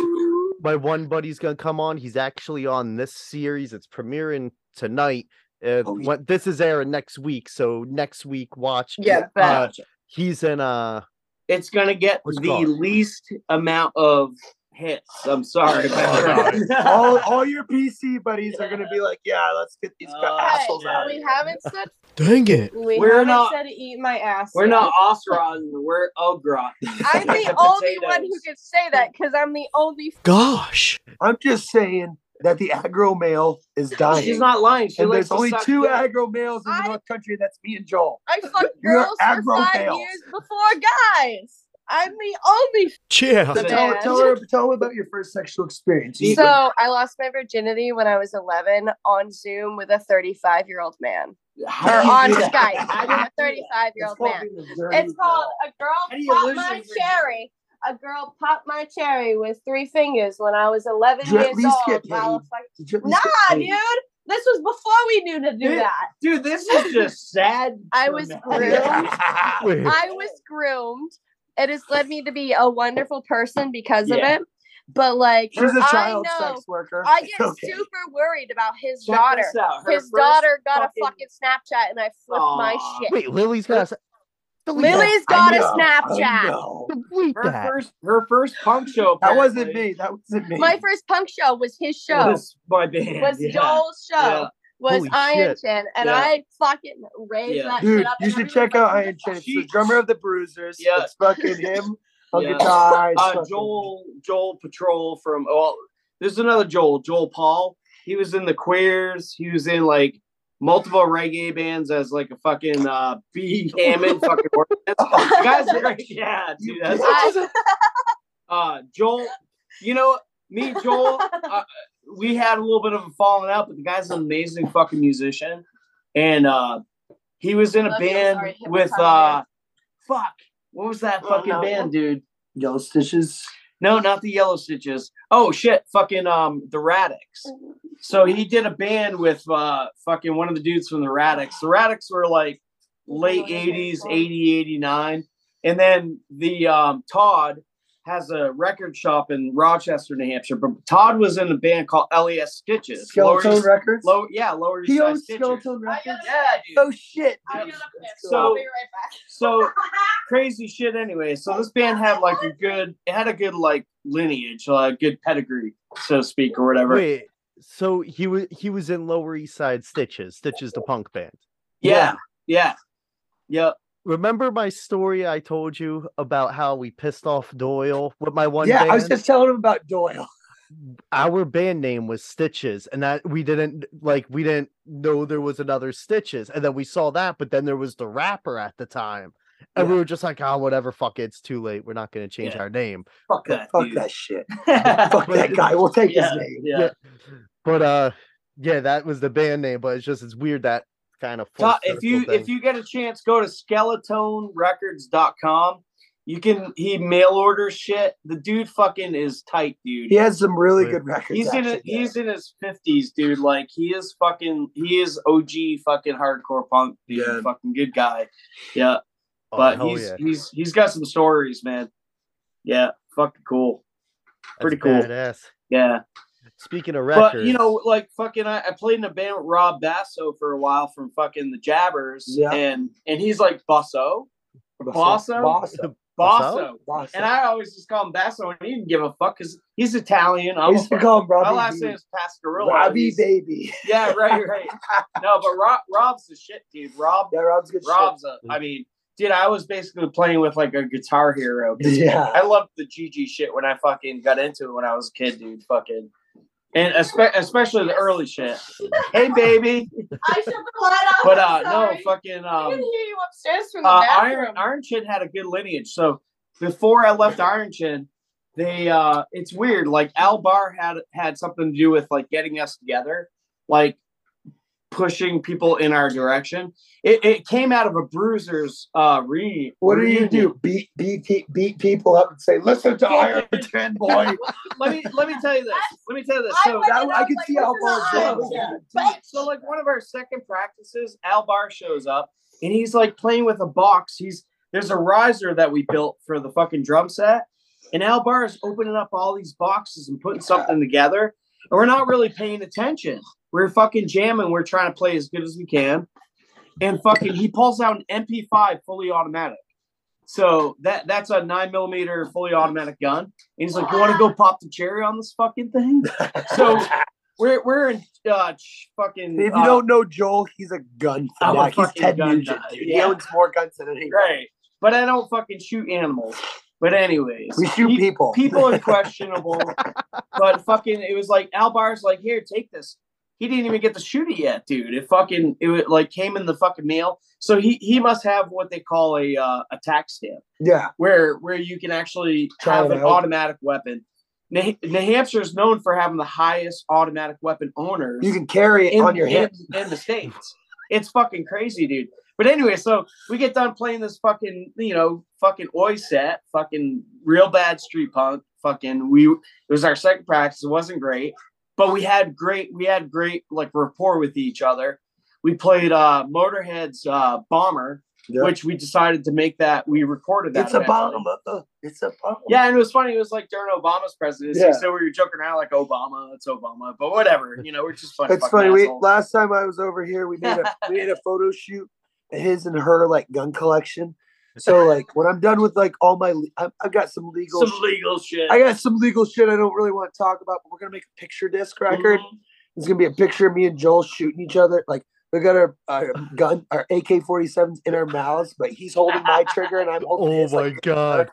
Speaker 1: my one buddy's gonna come on he's actually on this series it's premiering tonight uh,
Speaker 4: Oh, yeah.
Speaker 1: when- this is airing next week so next week watch
Speaker 3: Yeah,
Speaker 1: uh, he's in uh
Speaker 4: it's gonna get
Speaker 1: What's it
Speaker 4: the
Speaker 1: called?
Speaker 4: least amount of hits. I'm sorry. about
Speaker 1: Sorry.
Speaker 4: that.
Speaker 2: all, all your PC buddies are gonna be like, yeah, let's get these
Speaker 4: Uh,
Speaker 3: Oh,
Speaker 2: assholes
Speaker 4: Hey,
Speaker 2: out.
Speaker 3: we haven't said
Speaker 1: dang it
Speaker 3: we
Speaker 4: We're
Speaker 3: haven't
Speaker 4: not-
Speaker 3: said eat my ass.
Speaker 4: We're
Speaker 3: yet.
Speaker 4: not Osron, we're Ogron.
Speaker 3: I'm the only one who
Speaker 4: Potatoes.
Speaker 3: could say that because I'm the only.
Speaker 1: gosh
Speaker 2: I'm just saying that the aggro male is dying.
Speaker 4: She's not lying. She
Speaker 2: and there's
Speaker 4: likes to
Speaker 2: only
Speaker 4: suck
Speaker 2: two
Speaker 4: dick.
Speaker 2: aggro males in the
Speaker 3: I-
Speaker 2: North Country. That's me and Joel.
Speaker 3: I fucked
Speaker 2: You're
Speaker 3: girls for
Speaker 2: aggro
Speaker 3: five
Speaker 2: fails.
Speaker 3: years before guys. I'm the only.
Speaker 1: yeah
Speaker 2: So tell,
Speaker 3: Man.
Speaker 2: tell her, tell her about your first sexual experience. You-
Speaker 3: So I lost my virginity when I was 11 on Zoom with a 35 year old man. Or
Speaker 4: How do you
Speaker 3: on
Speaker 4: do that?
Speaker 3: Skype.
Speaker 4: How
Speaker 3: I
Speaker 4: do you
Speaker 3: was a
Speaker 4: do that?
Speaker 3: 35 year old
Speaker 4: It's called
Speaker 3: man.
Speaker 4: being a dirty
Speaker 3: It's called
Speaker 4: girl.
Speaker 3: a girl
Speaker 4: How do you
Speaker 3: pop
Speaker 4: lose your
Speaker 3: my
Speaker 4: virginity?
Speaker 3: cherry. A girl popped my cherry with three fingers when I was 11
Speaker 2: Did you at
Speaker 3: years
Speaker 2: least
Speaker 3: old.
Speaker 2: get paid?
Speaker 3: While a fuck-
Speaker 2: Did you at
Speaker 3: Nah,
Speaker 2: least get paid?
Speaker 3: dude. This was before we knew to do
Speaker 4: Dude.
Speaker 3: that.
Speaker 4: Dude, this is just sad.
Speaker 3: I
Speaker 4: for
Speaker 3: was
Speaker 4: me.
Speaker 3: groomed. I was groomed. It has led me to be a wonderful person because
Speaker 4: Yeah.
Speaker 3: of it. But like,
Speaker 2: She's a child
Speaker 3: I know,
Speaker 2: sex worker.
Speaker 3: I get
Speaker 2: It's okay.
Speaker 3: super worried about his
Speaker 4: Check
Speaker 3: daughter.
Speaker 4: this out. Her
Speaker 3: His
Speaker 4: first
Speaker 3: daughter got
Speaker 4: fucking-
Speaker 3: a fucking Snapchat, and I flipped my
Speaker 4: Aw.
Speaker 3: shit.
Speaker 1: wait lily's got a s- delete that.
Speaker 3: Lily's
Speaker 2: I
Speaker 3: got a
Speaker 2: know, I
Speaker 3: Snapchat.
Speaker 2: know.
Speaker 1: delete
Speaker 4: Her
Speaker 1: that
Speaker 4: first, her first punk show.
Speaker 2: That wasn't
Speaker 4: apparently,
Speaker 2: me. That wasn't me.
Speaker 3: My first punk show was his show. Was,
Speaker 4: Was my band. yeah. Uh,
Speaker 3: Joel's show.
Speaker 4: Yeah.
Speaker 3: Was
Speaker 1: Holy
Speaker 3: Iron
Speaker 1: shit.
Speaker 3: Chin, and
Speaker 4: Yeah.
Speaker 3: I fucking raised
Speaker 4: Yeah.
Speaker 3: that
Speaker 2: Dude,
Speaker 3: shit up.
Speaker 2: you
Speaker 3: and
Speaker 2: should
Speaker 3: everybody
Speaker 2: check out
Speaker 3: fucking-
Speaker 2: Iron Chin. It's
Speaker 4: She-
Speaker 2: the drummer of the Bruisers.
Speaker 4: Yeah.
Speaker 2: It's fucking him on
Speaker 4: Yeah.
Speaker 2: guitar. It's
Speaker 4: Uh,
Speaker 2: fucking-
Speaker 4: Joel, Joel Patrol from. Oh, there's another Joel, Joel Paul. He was in the Queers. He was in like multiple reggae bands as like a fucking uh, B Hammond fucking. work- The Guys, are- yeah, dude, that's
Speaker 3: I-
Speaker 4: uh Joel, you know me and Joel, uh, we had a little bit of a falling out, but the guy's an amazing fucking musician, and uh he was in a
Speaker 3: Love you,
Speaker 4: band
Speaker 3: sorry, hip
Speaker 4: with
Speaker 3: hop
Speaker 4: uh
Speaker 3: band.
Speaker 4: fuck, what was that
Speaker 2: Oh,
Speaker 4: fucking
Speaker 2: no.
Speaker 4: band, dude?
Speaker 2: Yellow Stitches.
Speaker 4: No, not the Yellow Stitches. Oh shit, fucking um the Radix. So he did a band with uh fucking one of the dudes from the Radix. The Radix were like late
Speaker 3: Oh, yeah.
Speaker 4: 80s, 80, 89. And then the um Todd has a record shop in Rochester, New Hampshire. But Todd was in a band called LES Stitches. Lower
Speaker 2: Skeleton
Speaker 4: East-
Speaker 2: Records.
Speaker 4: low, yeah, Lower East
Speaker 2: he
Speaker 4: Side
Speaker 2: owns
Speaker 4: Stitches.
Speaker 2: Skeleton Records.
Speaker 4: Yeah, dude.
Speaker 2: Oh shit.
Speaker 3: I
Speaker 2: dude.
Speaker 3: gotta piss.
Speaker 2: Let's go.
Speaker 4: So-
Speaker 3: I'll be right back.
Speaker 4: So crazy shit anyway. So this band had like a good it had a good like lineage, a good pedigree, so to speak, or whatever.
Speaker 1: Wait, so he was he was in Lower East Side Stitches, Stitches the punk band.
Speaker 4: Yeah. Yeah. Yep.
Speaker 1: Remember my story I told you about how we pissed off Doyle with my one
Speaker 2: yeah,
Speaker 1: band?
Speaker 2: I was just telling him about Doyle.
Speaker 1: Our band name was Stitches, and that we didn't like we didn't know there was another Stitches, and then we saw that, but then there was the rapper at the time. And we were just like, oh, whatever, fuck it, it's too late. We're not gonna change
Speaker 4: Yeah.
Speaker 1: our name.
Speaker 4: Fuck that.
Speaker 2: Fuck
Speaker 4: dude.
Speaker 2: that shit.
Speaker 4: yeah,
Speaker 2: Fuck that guy. We'll take
Speaker 4: yeah,
Speaker 2: his name.
Speaker 1: Yeah. But uh yeah, that was the band name, but it's just it's weird that kind of full
Speaker 4: Ta- if you
Speaker 1: circle thing.
Speaker 4: if you get a chance, go to skeletonrecords.com. You can he mail order shit. The dude fucking is tight, dude.
Speaker 2: He has some really
Speaker 1: Wait.
Speaker 2: good records.
Speaker 4: He's in
Speaker 2: actually.
Speaker 4: it. He's in his fifties, dude. Like he is fucking. He is OG fucking hardcore punk. Dude.
Speaker 2: Yeah.
Speaker 4: Fucking good guy. Yeah,
Speaker 1: Oh,
Speaker 4: but
Speaker 1: hell
Speaker 4: he's
Speaker 1: yeah.
Speaker 4: he's he's got some stories, man. Yeah, fucking cool.
Speaker 1: That's
Speaker 4: pretty cool.
Speaker 1: Badass.
Speaker 4: Yeah.
Speaker 1: Speaking of records,
Speaker 4: But you know, like fucking, I, I played in a band with Rob Basso for a while from fucking the Jabbers,
Speaker 2: Yeah.
Speaker 4: and and he's like Basso, Bosso?
Speaker 2: Bosso.
Speaker 4: Basso,
Speaker 2: Bosso.
Speaker 4: and I always just call him Basso, and he didn't give a fuck because he's Italian.
Speaker 2: I
Speaker 4: I'm a
Speaker 2: used to
Speaker 4: fuck-
Speaker 2: call him
Speaker 4: my
Speaker 2: Robbie.
Speaker 4: last
Speaker 2: B.
Speaker 4: name is Pascarilla.
Speaker 2: Robbie
Speaker 4: He's-
Speaker 2: Baby.
Speaker 4: yeah, right, right. no, but Rob, Rob's the shit, dude. Rob,
Speaker 2: Yeah, Rob's good
Speaker 4: Rob's a. I mean, dude, I was basically playing with like a guitar hero. 'cause
Speaker 2: shit. Yeah.
Speaker 4: I loved the GG shit when I fucking got into it when I was a kid, dude. Fucking. And espe- especially the early shit. Hey, baby.
Speaker 3: I shut the light off.
Speaker 4: But
Speaker 3: I'm
Speaker 4: uh, no,
Speaker 3: sorry.
Speaker 4: fucking
Speaker 3: I
Speaker 4: um,
Speaker 3: can hear you upstairs from the
Speaker 4: uh, Iron
Speaker 3: bathroom.
Speaker 4: Iron Chin had a good lineage. So before I left Iron Chin, they uh, it's weird. Like Al Bar had had something to do with like getting us together. Like pushing people in our direction. It, it came out of a Bruisers uh, re.
Speaker 2: What do you
Speaker 4: reunion.
Speaker 2: do? Beat beat pe- beat people up and say, "Listen to Iron Ten, boy."
Speaker 4: Let me let me tell you this. Let me tell you this.
Speaker 3: I
Speaker 4: So
Speaker 3: went-
Speaker 2: That, I can see how
Speaker 4: Yeah.
Speaker 2: far it
Speaker 4: Yeah.
Speaker 2: goes.
Speaker 4: So like one of our second practices, Al Bar shows up and he's like playing with a box. He's there's a riser that we built for the fucking drum set, and Al Bar is opening up all these boxes and putting something together. And we're not really paying attention. We're fucking jamming. We're trying to play as good as we can. And fucking, he pulls out an MP5 fully automatic. So that that's a nine millimeter fully automatic gun. And he's like, "You want to go pop the cherry on this fucking thing?" So we're we're in uh, ch- fucking.
Speaker 2: If
Speaker 4: uh,
Speaker 2: you don't know Joel, he's a gun
Speaker 4: I'm a
Speaker 2: fanatic. He's
Speaker 4: fucking
Speaker 2: Ted
Speaker 4: gun
Speaker 2: Nugent,
Speaker 4: nut,
Speaker 2: dude. He
Speaker 4: yeah.
Speaker 2: owns more guns than anyone.
Speaker 4: uh, right, but I don't fucking shoot animals. But anyways,
Speaker 2: We shoot
Speaker 4: pe-
Speaker 2: people.
Speaker 4: People are questionable, but fucking, it was like Albar's like, here, take this. He didn't even get to shoot it yet, dude. It fucking, it wa- like came in the fucking mail. So he he must have what they call a uh, a tax stamp.
Speaker 2: Yeah,
Speaker 4: where where you can actually
Speaker 2: Try
Speaker 4: have
Speaker 2: it
Speaker 4: an
Speaker 2: out.
Speaker 4: automatic weapon. New, New Hampshire is known for having the highest automatic weapon owners
Speaker 2: you can carry it on your hip.
Speaker 4: in, in the states. It's fucking crazy, dude. But anyway, so we get done playing this fucking, you know, fucking oi set, fucking real bad street punk. Fucking, we it was our second practice. It wasn't great, but we had great, we had great like rapport with each other. We played uh Motorhead's uh Bomber,
Speaker 2: Yeah.
Speaker 4: which we decided to make that. We recorded that.
Speaker 2: It's a
Speaker 4: eventually.
Speaker 2: bomb. uh, It's a bomb.
Speaker 4: Yeah, and it was funny. It was like during Obama's presidency,
Speaker 2: Yeah.
Speaker 4: so we were joking around like Obama, it's Obama, but whatever. You know, we're just funny.
Speaker 2: It's funny. We last time I was over here, we made a we made a photo shoot, his and her like gun collection. So like when I'm done with like all my, le- I've, I've got some legal.
Speaker 4: some
Speaker 2: sh-
Speaker 4: legal shit.
Speaker 2: I got some legal shit I don't really want to talk about, but we're gonna make a picture disc record.
Speaker 4: Mhm.
Speaker 2: It's gonna be a picture of me and Joel shooting each other. Like we got our, our gun, our AK-47s in our mouths, but he's holding my trigger and I'm holding
Speaker 1: Oh
Speaker 2: his.
Speaker 1: my
Speaker 2: Like,
Speaker 1: god.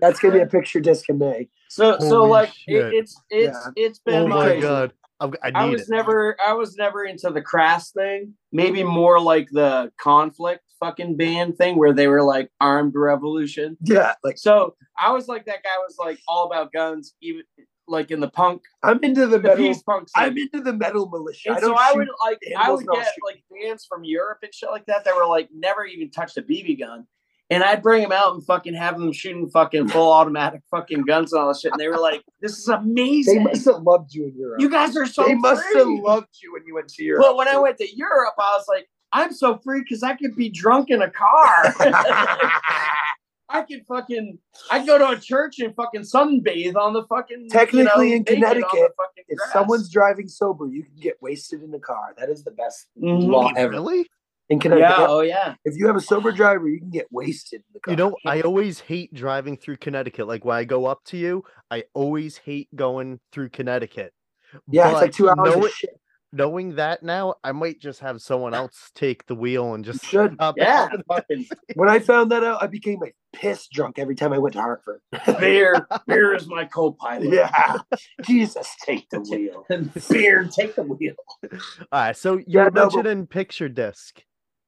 Speaker 2: that's gonna be a picture disc in May.
Speaker 4: So so
Speaker 1: Holy
Speaker 4: like
Speaker 1: shit.
Speaker 4: it, it's it's it's been
Speaker 1: Oh my
Speaker 4: like-
Speaker 1: god. I've, I need
Speaker 4: I was
Speaker 1: it.
Speaker 4: never I was never into the crass thing. Maybe more like the conflict fucking band thing where they were like armed revolution.
Speaker 2: Yeah, like
Speaker 4: So I was like that guy was like all about guns, even like in the punk,
Speaker 2: I'm into the
Speaker 4: the
Speaker 2: metal.
Speaker 4: peace punk. scene.
Speaker 2: I'm into the metal militia. I
Speaker 4: And
Speaker 2: don't
Speaker 4: so I
Speaker 2: shoot
Speaker 4: would like I
Speaker 2: animals
Speaker 4: would
Speaker 2: and I'll
Speaker 4: get like bands from Europe and shit like that that were like never even touched a BB gun, and I'd bring them out and fucking have them shooting fucking full automatic fucking guns and all that shit, and they were like, "This is
Speaker 2: They
Speaker 4: amazing!
Speaker 2: must have loved you in Europe.
Speaker 4: You guys are so
Speaker 2: they must
Speaker 4: free."
Speaker 2: have loved you when you went to Europe.
Speaker 4: But when I went to Europe, I was like, "I'm so free because I could be drunk in a car." I could fucking I go to a church and fucking sunbathe on the fucking you
Speaker 2: Technically
Speaker 4: know,
Speaker 2: in
Speaker 4: naked on the
Speaker 2: Connecticut,
Speaker 4: fucking
Speaker 2: if
Speaker 4: grass.
Speaker 2: someone's driving sober, you can get wasted in the car. That is the best
Speaker 4: Mhm.
Speaker 2: law ever
Speaker 1: Really?
Speaker 2: in
Speaker 4: yeah,
Speaker 2: Connecticut.
Speaker 4: oh yeah.
Speaker 2: If you have a sober driver, you can get wasted in the car.
Speaker 1: You know, I always hate driving through Connecticut. Like when I go up to you, I always hate going through Connecticut.
Speaker 2: yeah, it's like
Speaker 1: But
Speaker 2: two hours
Speaker 1: know-
Speaker 2: of shit.
Speaker 1: knowing that now, I might just have someone else take the wheel and
Speaker 2: You
Speaker 1: just
Speaker 2: should.
Speaker 1: stop
Speaker 4: Yeah, fucking
Speaker 2: When I found that out, I became like piss drunk every time I went to Hartford.
Speaker 4: Beer, beer is my co-pilot.
Speaker 2: yeah, "Oh, Jesus, take the wheel.
Speaker 4: beer, take the wheel.
Speaker 1: All right, so you
Speaker 2: Yeah,
Speaker 1: were
Speaker 2: no, but-
Speaker 1: mentioning picture disc.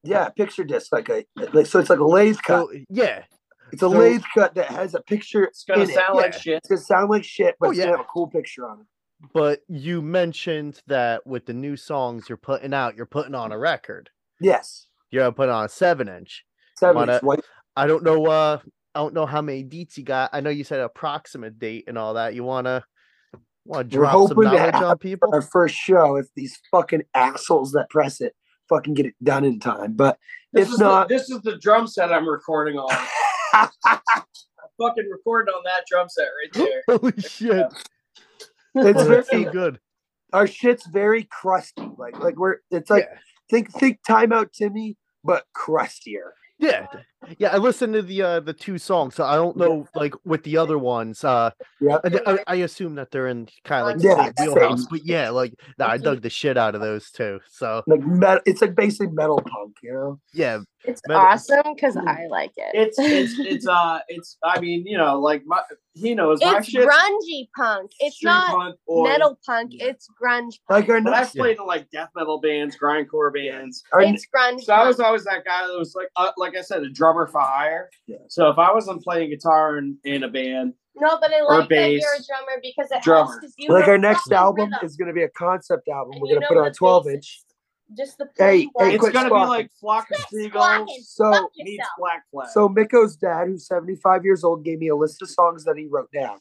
Speaker 2: Yeah, picture disc like a like, so it's like a lathe cut.
Speaker 1: So yeah,
Speaker 2: it's a
Speaker 1: so-
Speaker 2: lathe cut that has a picture.
Speaker 4: It's gonna
Speaker 2: in it.
Speaker 4: sound like
Speaker 1: yeah.
Speaker 4: shit.
Speaker 2: It's gonna sound like shit, but
Speaker 1: Oh,
Speaker 2: it's gonna
Speaker 1: yeah.
Speaker 2: have a cool picture on it.
Speaker 1: but you mentioned that with the new songs you're putting out, you're putting on a record.
Speaker 2: Yes,
Speaker 1: You're gonna put on a seven inch.
Speaker 2: seven
Speaker 1: Wanna-
Speaker 2: inch white.
Speaker 1: I don't know. Uh, I don't know how many beats you got. I know you said approximate date and all that. You wanna want to
Speaker 2: We're
Speaker 1: drop some
Speaker 2: hoping to
Speaker 1: knowledge
Speaker 2: have
Speaker 1: on people?
Speaker 2: Our first show, if these fucking assholes that press it fucking get it done in time, but
Speaker 4: This
Speaker 2: It's
Speaker 4: is
Speaker 2: not-
Speaker 4: The, this is the drum set I'm recording on. I'm fucking recording on that drum set right there.
Speaker 1: Holy shit!
Speaker 2: it's
Speaker 1: Oh, that's so
Speaker 2: very
Speaker 1: good.
Speaker 2: our shit's very crusty. Like like we're it's like think think time out Timmy, but crustier.
Speaker 1: Yeah, yeah, yeah. I listened to the uh, the two songs, so I don't
Speaker 2: Yeah.
Speaker 1: know like with the other ones. Uh,
Speaker 2: Yeah.
Speaker 1: I, d- I- I assume that they're in kind of like
Speaker 2: Yeah,
Speaker 1: the
Speaker 2: it's
Speaker 1: same wheelhouse,
Speaker 2: same. Mm-hmm.
Speaker 1: but yeah, like nah, I dug the shit out of those two. So
Speaker 2: Like metal, it's like basically metal punk, you know.
Speaker 1: yeah,
Speaker 3: It's
Speaker 1: Metal-
Speaker 3: awesome because
Speaker 2: Hmm.
Speaker 3: I like it.
Speaker 4: It's it's it's uh it's I mean you know like my he knows my
Speaker 3: it's
Speaker 4: shit.
Speaker 3: grungy punk. It's not
Speaker 4: punk or,
Speaker 3: metal punk.
Speaker 2: Yeah.
Speaker 3: It's grunge.
Speaker 2: Like our
Speaker 4: But I've
Speaker 2: next,
Speaker 4: played in like death metal bands, grindcore bands.
Speaker 2: our,
Speaker 3: It's grunge.
Speaker 4: So I was
Speaker 3: punk.
Speaker 4: always that guy that was like, uh, like I said, a drummer for hire.
Speaker 2: Yeah.
Speaker 4: So if I wasn't playing guitar in, in a band,
Speaker 3: no, but I
Speaker 4: or
Speaker 3: like that you're a
Speaker 4: bass.
Speaker 3: drummer because it
Speaker 4: Drummer.
Speaker 3: helps. 'cause you
Speaker 2: like
Speaker 3: have
Speaker 2: our next
Speaker 3: fucking
Speaker 2: album
Speaker 3: rhythm.
Speaker 2: is gonna be a concept album.
Speaker 3: And
Speaker 2: We're
Speaker 3: you
Speaker 2: gonna
Speaker 3: know
Speaker 2: put
Speaker 3: the
Speaker 2: on twelve
Speaker 3: basis.
Speaker 2: inch.
Speaker 3: Just the
Speaker 2: Hey,
Speaker 3: plain white.
Speaker 2: hey,
Speaker 4: It's
Speaker 2: quit
Speaker 4: gonna
Speaker 2: squawking.
Speaker 4: be like flock of
Speaker 5: squawking.
Speaker 4: seagulls
Speaker 2: So
Speaker 5: Fuck
Speaker 4: meets
Speaker 5: yourself.
Speaker 4: black flag.
Speaker 2: so Miko's dad, who's 75 years old, gave me a list of songs that he wrote down.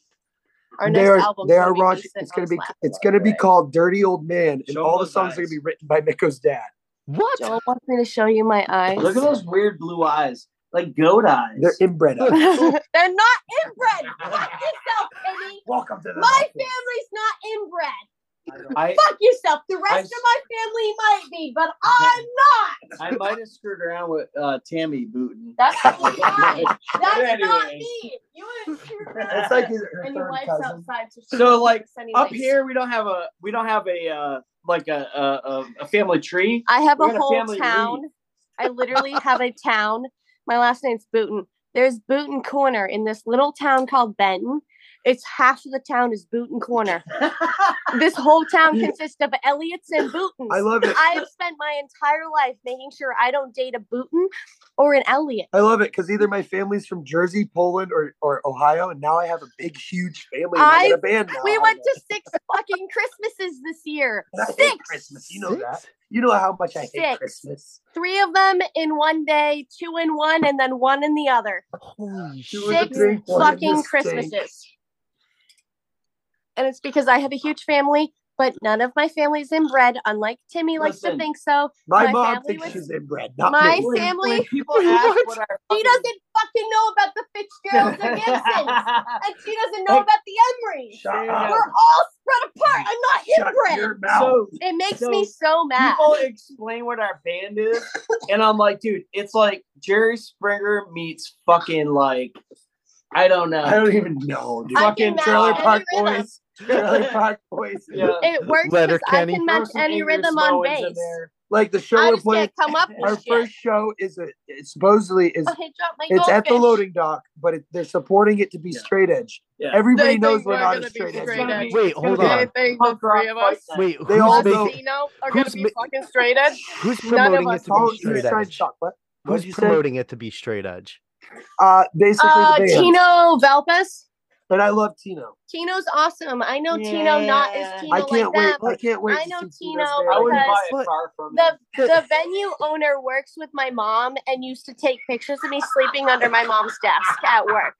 Speaker 3: Our
Speaker 2: they
Speaker 3: next
Speaker 2: are,
Speaker 3: album's
Speaker 2: they
Speaker 3: gonna
Speaker 2: are
Speaker 3: be
Speaker 2: raunchy.
Speaker 3: decent
Speaker 2: It's
Speaker 3: on
Speaker 2: gonna be
Speaker 3: Slack.
Speaker 2: it's gonna be
Speaker 4: right?
Speaker 2: called "Dirty Old Man," and
Speaker 4: Show
Speaker 2: all the
Speaker 4: those
Speaker 2: songs are gonna
Speaker 4: eyes.
Speaker 2: be written by Miko's dad.
Speaker 1: What?
Speaker 3: Joel wants me to show you my eyes.
Speaker 4: Look at those weird blue eyes, like goat eyes.
Speaker 2: They're inbred. up.
Speaker 3: They're not inbred.
Speaker 5: Fuck yourself, Penny.
Speaker 2: Welcome to the
Speaker 5: My family's not inbred.
Speaker 4: I,
Speaker 5: Fuck yourself. The rest
Speaker 4: I-
Speaker 5: of my family might be, but I'm not.
Speaker 4: I might have screwed around with uh, Tammy Booten.
Speaker 3: That's
Speaker 5: That's not
Speaker 4: Anyway.
Speaker 5: me. You uh,
Speaker 2: It's like his, her
Speaker 3: and your
Speaker 2: third
Speaker 3: wife's
Speaker 2: cousin.
Speaker 3: outside. she
Speaker 4: So,
Speaker 3: doesn't
Speaker 4: like,
Speaker 3: notice any
Speaker 4: Up
Speaker 3: lights.
Speaker 4: here, we don't have a we don't have a uh, like a a, a- a family tree.
Speaker 3: I have
Speaker 4: We
Speaker 3: a
Speaker 4: got a
Speaker 3: whole
Speaker 4: family
Speaker 3: town. I literally have a town. My last name's Booton. There's Booton Corner in this little town called Benton. It's half of the town is Booton Corner. this whole town consists of Elliots and Bootons.
Speaker 2: I love it.
Speaker 3: I have spent my entire life making sure I don't date a Booton or an Elliot.
Speaker 2: I love it because either my family's from Jersey, Poland, or, or Ohio, and now I have a big, huge family. and I,
Speaker 3: I-
Speaker 2: got a band now.
Speaker 3: We
Speaker 2: I
Speaker 3: went
Speaker 2: know.
Speaker 3: to six fucking Christmases this year.
Speaker 2: And I hate
Speaker 3: Six.
Speaker 2: Christmas. You know that. You know how much I hate
Speaker 3: Six.
Speaker 2: Christmas.
Speaker 3: Three of them in one day, two in one, and then one in the other.
Speaker 1: Holy
Speaker 2: Two in the
Speaker 3: Six
Speaker 2: drink, one in the
Speaker 3: fucking
Speaker 2: stink.
Speaker 3: Christmases. And it's because I have a huge family, but none of my family's inbred, unlike Timmy likes to
Speaker 4: Listen.
Speaker 3: think so.
Speaker 2: My,
Speaker 3: My
Speaker 2: mom
Speaker 3: family
Speaker 2: thinks
Speaker 3: was-
Speaker 2: she's inbred, not
Speaker 3: my
Speaker 2: me.
Speaker 4: When-
Speaker 3: family-
Speaker 4: when people ask
Speaker 1: What?
Speaker 4: what our
Speaker 5: She doesn't fucking know about the Fitzgeralds or Gibsons. And she doesn't know
Speaker 4: Hey.
Speaker 5: about the Emerys.
Speaker 2: Shut
Speaker 4: Dude,
Speaker 2: up.
Speaker 5: We're all spread apart and not
Speaker 2: Shut
Speaker 5: inbred.
Speaker 2: your mouth.
Speaker 4: so
Speaker 3: It makes
Speaker 4: So,
Speaker 3: me so mad.
Speaker 4: people explain what our band is, and I'm like, dude, it's like Jerry Springer meets fucking like I don't know.
Speaker 2: I don't even know, dude.
Speaker 5: I
Speaker 4: Fucking
Speaker 5: can match
Speaker 4: Trailer
Speaker 5: any
Speaker 2: Park
Speaker 5: rhythm.
Speaker 2: Boys. Trailer Park Boys.
Speaker 4: yeah.
Speaker 3: It works because I
Speaker 1: Letterkenny.
Speaker 3: can
Speaker 4: Throw
Speaker 3: match
Speaker 4: some
Speaker 3: any
Speaker 4: English
Speaker 3: rhythm on
Speaker 4: Mowins in
Speaker 3: bass.
Speaker 4: there.
Speaker 2: Like the show
Speaker 3: I
Speaker 2: we're
Speaker 3: just
Speaker 2: playing.
Speaker 3: can't come up
Speaker 2: Our
Speaker 3: with shit.
Speaker 2: first show is a it supposedly is
Speaker 3: Oh, he dropped my
Speaker 2: it's at the
Speaker 3: goldfish.
Speaker 2: loading dock, but it, they're supporting it to be
Speaker 4: Yeah.
Speaker 2: straight edge.
Speaker 4: Yeah.
Speaker 2: Everybody
Speaker 3: They
Speaker 2: knows
Speaker 3: think
Speaker 2: we're
Speaker 3: we're
Speaker 2: not
Speaker 3: gonna
Speaker 2: a
Speaker 3: be
Speaker 2: straight edge.
Speaker 3: straight
Speaker 2: band.
Speaker 4: edge.
Speaker 1: Wait, hold
Speaker 4: They
Speaker 3: They
Speaker 1: on.
Speaker 4: on.
Speaker 3: think the
Speaker 4: Punk rock
Speaker 3: three of
Speaker 4: fight
Speaker 3: us
Speaker 4: night.
Speaker 1: Wait,
Speaker 2: They
Speaker 1: who's
Speaker 2: all
Speaker 3: at
Speaker 2: know-
Speaker 1: making,
Speaker 3: Casino are going
Speaker 1: who's
Speaker 3: to be
Speaker 1: ma-
Speaker 3: fucking straight edge.
Speaker 1: who's
Speaker 3: None of
Speaker 1: promoting
Speaker 3: us
Speaker 1: it to
Speaker 2: Paul,
Speaker 1: be
Speaker 2: he was
Speaker 1: straight
Speaker 2: trying to
Speaker 1: edge?
Speaker 2: talk. What? What'd
Speaker 1: Who's
Speaker 2: you say?
Speaker 1: promoting it to be straight edge?
Speaker 2: Uh, basically
Speaker 3: Uh,
Speaker 2: the band.
Speaker 3: Tino Valpas.
Speaker 2: And I love Tino.
Speaker 3: Tino's awesome. I know Tino not as
Speaker 4: Yeah.
Speaker 3: Tino
Speaker 2: I can't
Speaker 3: like
Speaker 2: wait.
Speaker 3: them.
Speaker 2: I can't wait.
Speaker 3: I
Speaker 2: to
Speaker 3: know
Speaker 2: see
Speaker 3: Tino
Speaker 2: Tino's band.
Speaker 4: I wouldn't buy
Speaker 1: Because-
Speaker 4: it far from
Speaker 3: The
Speaker 4: it.
Speaker 3: the venue owner works with my mom and used to take pictures of me sleeping under my mom's desk at work.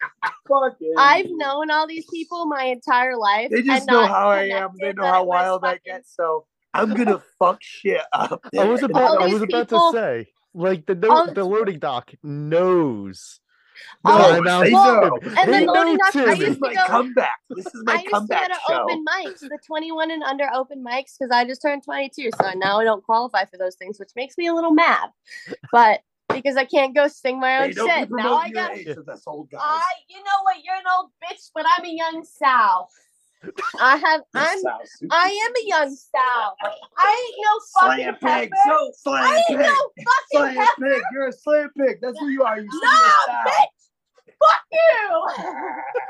Speaker 4: Fuck it.
Speaker 3: I've known all these people my entire life.
Speaker 2: They just
Speaker 3: and
Speaker 2: know
Speaker 3: not
Speaker 2: how I am.
Speaker 3: connected,
Speaker 2: They know
Speaker 3: but
Speaker 2: how
Speaker 3: it was
Speaker 2: wild I
Speaker 3: fucking-
Speaker 2: get. So I'm gonna fuck shit up.
Speaker 1: I was
Speaker 2: there.
Speaker 1: about, I
Speaker 3: these
Speaker 1: was about
Speaker 3: people-
Speaker 1: to say, like the
Speaker 3: all
Speaker 1: no,
Speaker 3: these
Speaker 1: the loading dock knows.
Speaker 3: All
Speaker 1: that
Speaker 3: these
Speaker 1: I'm out
Speaker 2: they
Speaker 1: there.
Speaker 2: know.
Speaker 3: And
Speaker 1: They
Speaker 3: the
Speaker 1: know
Speaker 3: loading dock, oh, I
Speaker 2: This
Speaker 1: Timmy.
Speaker 3: used
Speaker 2: is
Speaker 3: to
Speaker 2: my
Speaker 3: go
Speaker 2: comeback. This is my
Speaker 3: I used to go
Speaker 2: comeback
Speaker 3: to
Speaker 2: show.
Speaker 3: open mics, the 21 and under open mics, because I just turned 22. So now I don't qualify for those things, which makes me a little mad. But because I can't go sing my own
Speaker 2: Hey, don't be
Speaker 3: shit, now I
Speaker 2: promoting your
Speaker 3: got.
Speaker 2: age with us old guys.
Speaker 5: I, you know what? You're an old bitch, but I'm a young sow.
Speaker 3: I have.
Speaker 2: This
Speaker 3: I'm.
Speaker 2: sounds super-
Speaker 3: I am a young sow.
Speaker 5: I ain't no
Speaker 2: Slam
Speaker 5: fucking
Speaker 2: pig,
Speaker 5: pepper.
Speaker 2: so
Speaker 5: I
Speaker 2: slam
Speaker 5: ain't
Speaker 2: pig,
Speaker 5: no
Speaker 2: slam
Speaker 5: fucking pepper.
Speaker 2: pig. You're a slam pig. That's who you are. You
Speaker 5: No,
Speaker 2: slam pig.
Speaker 5: Fuck you.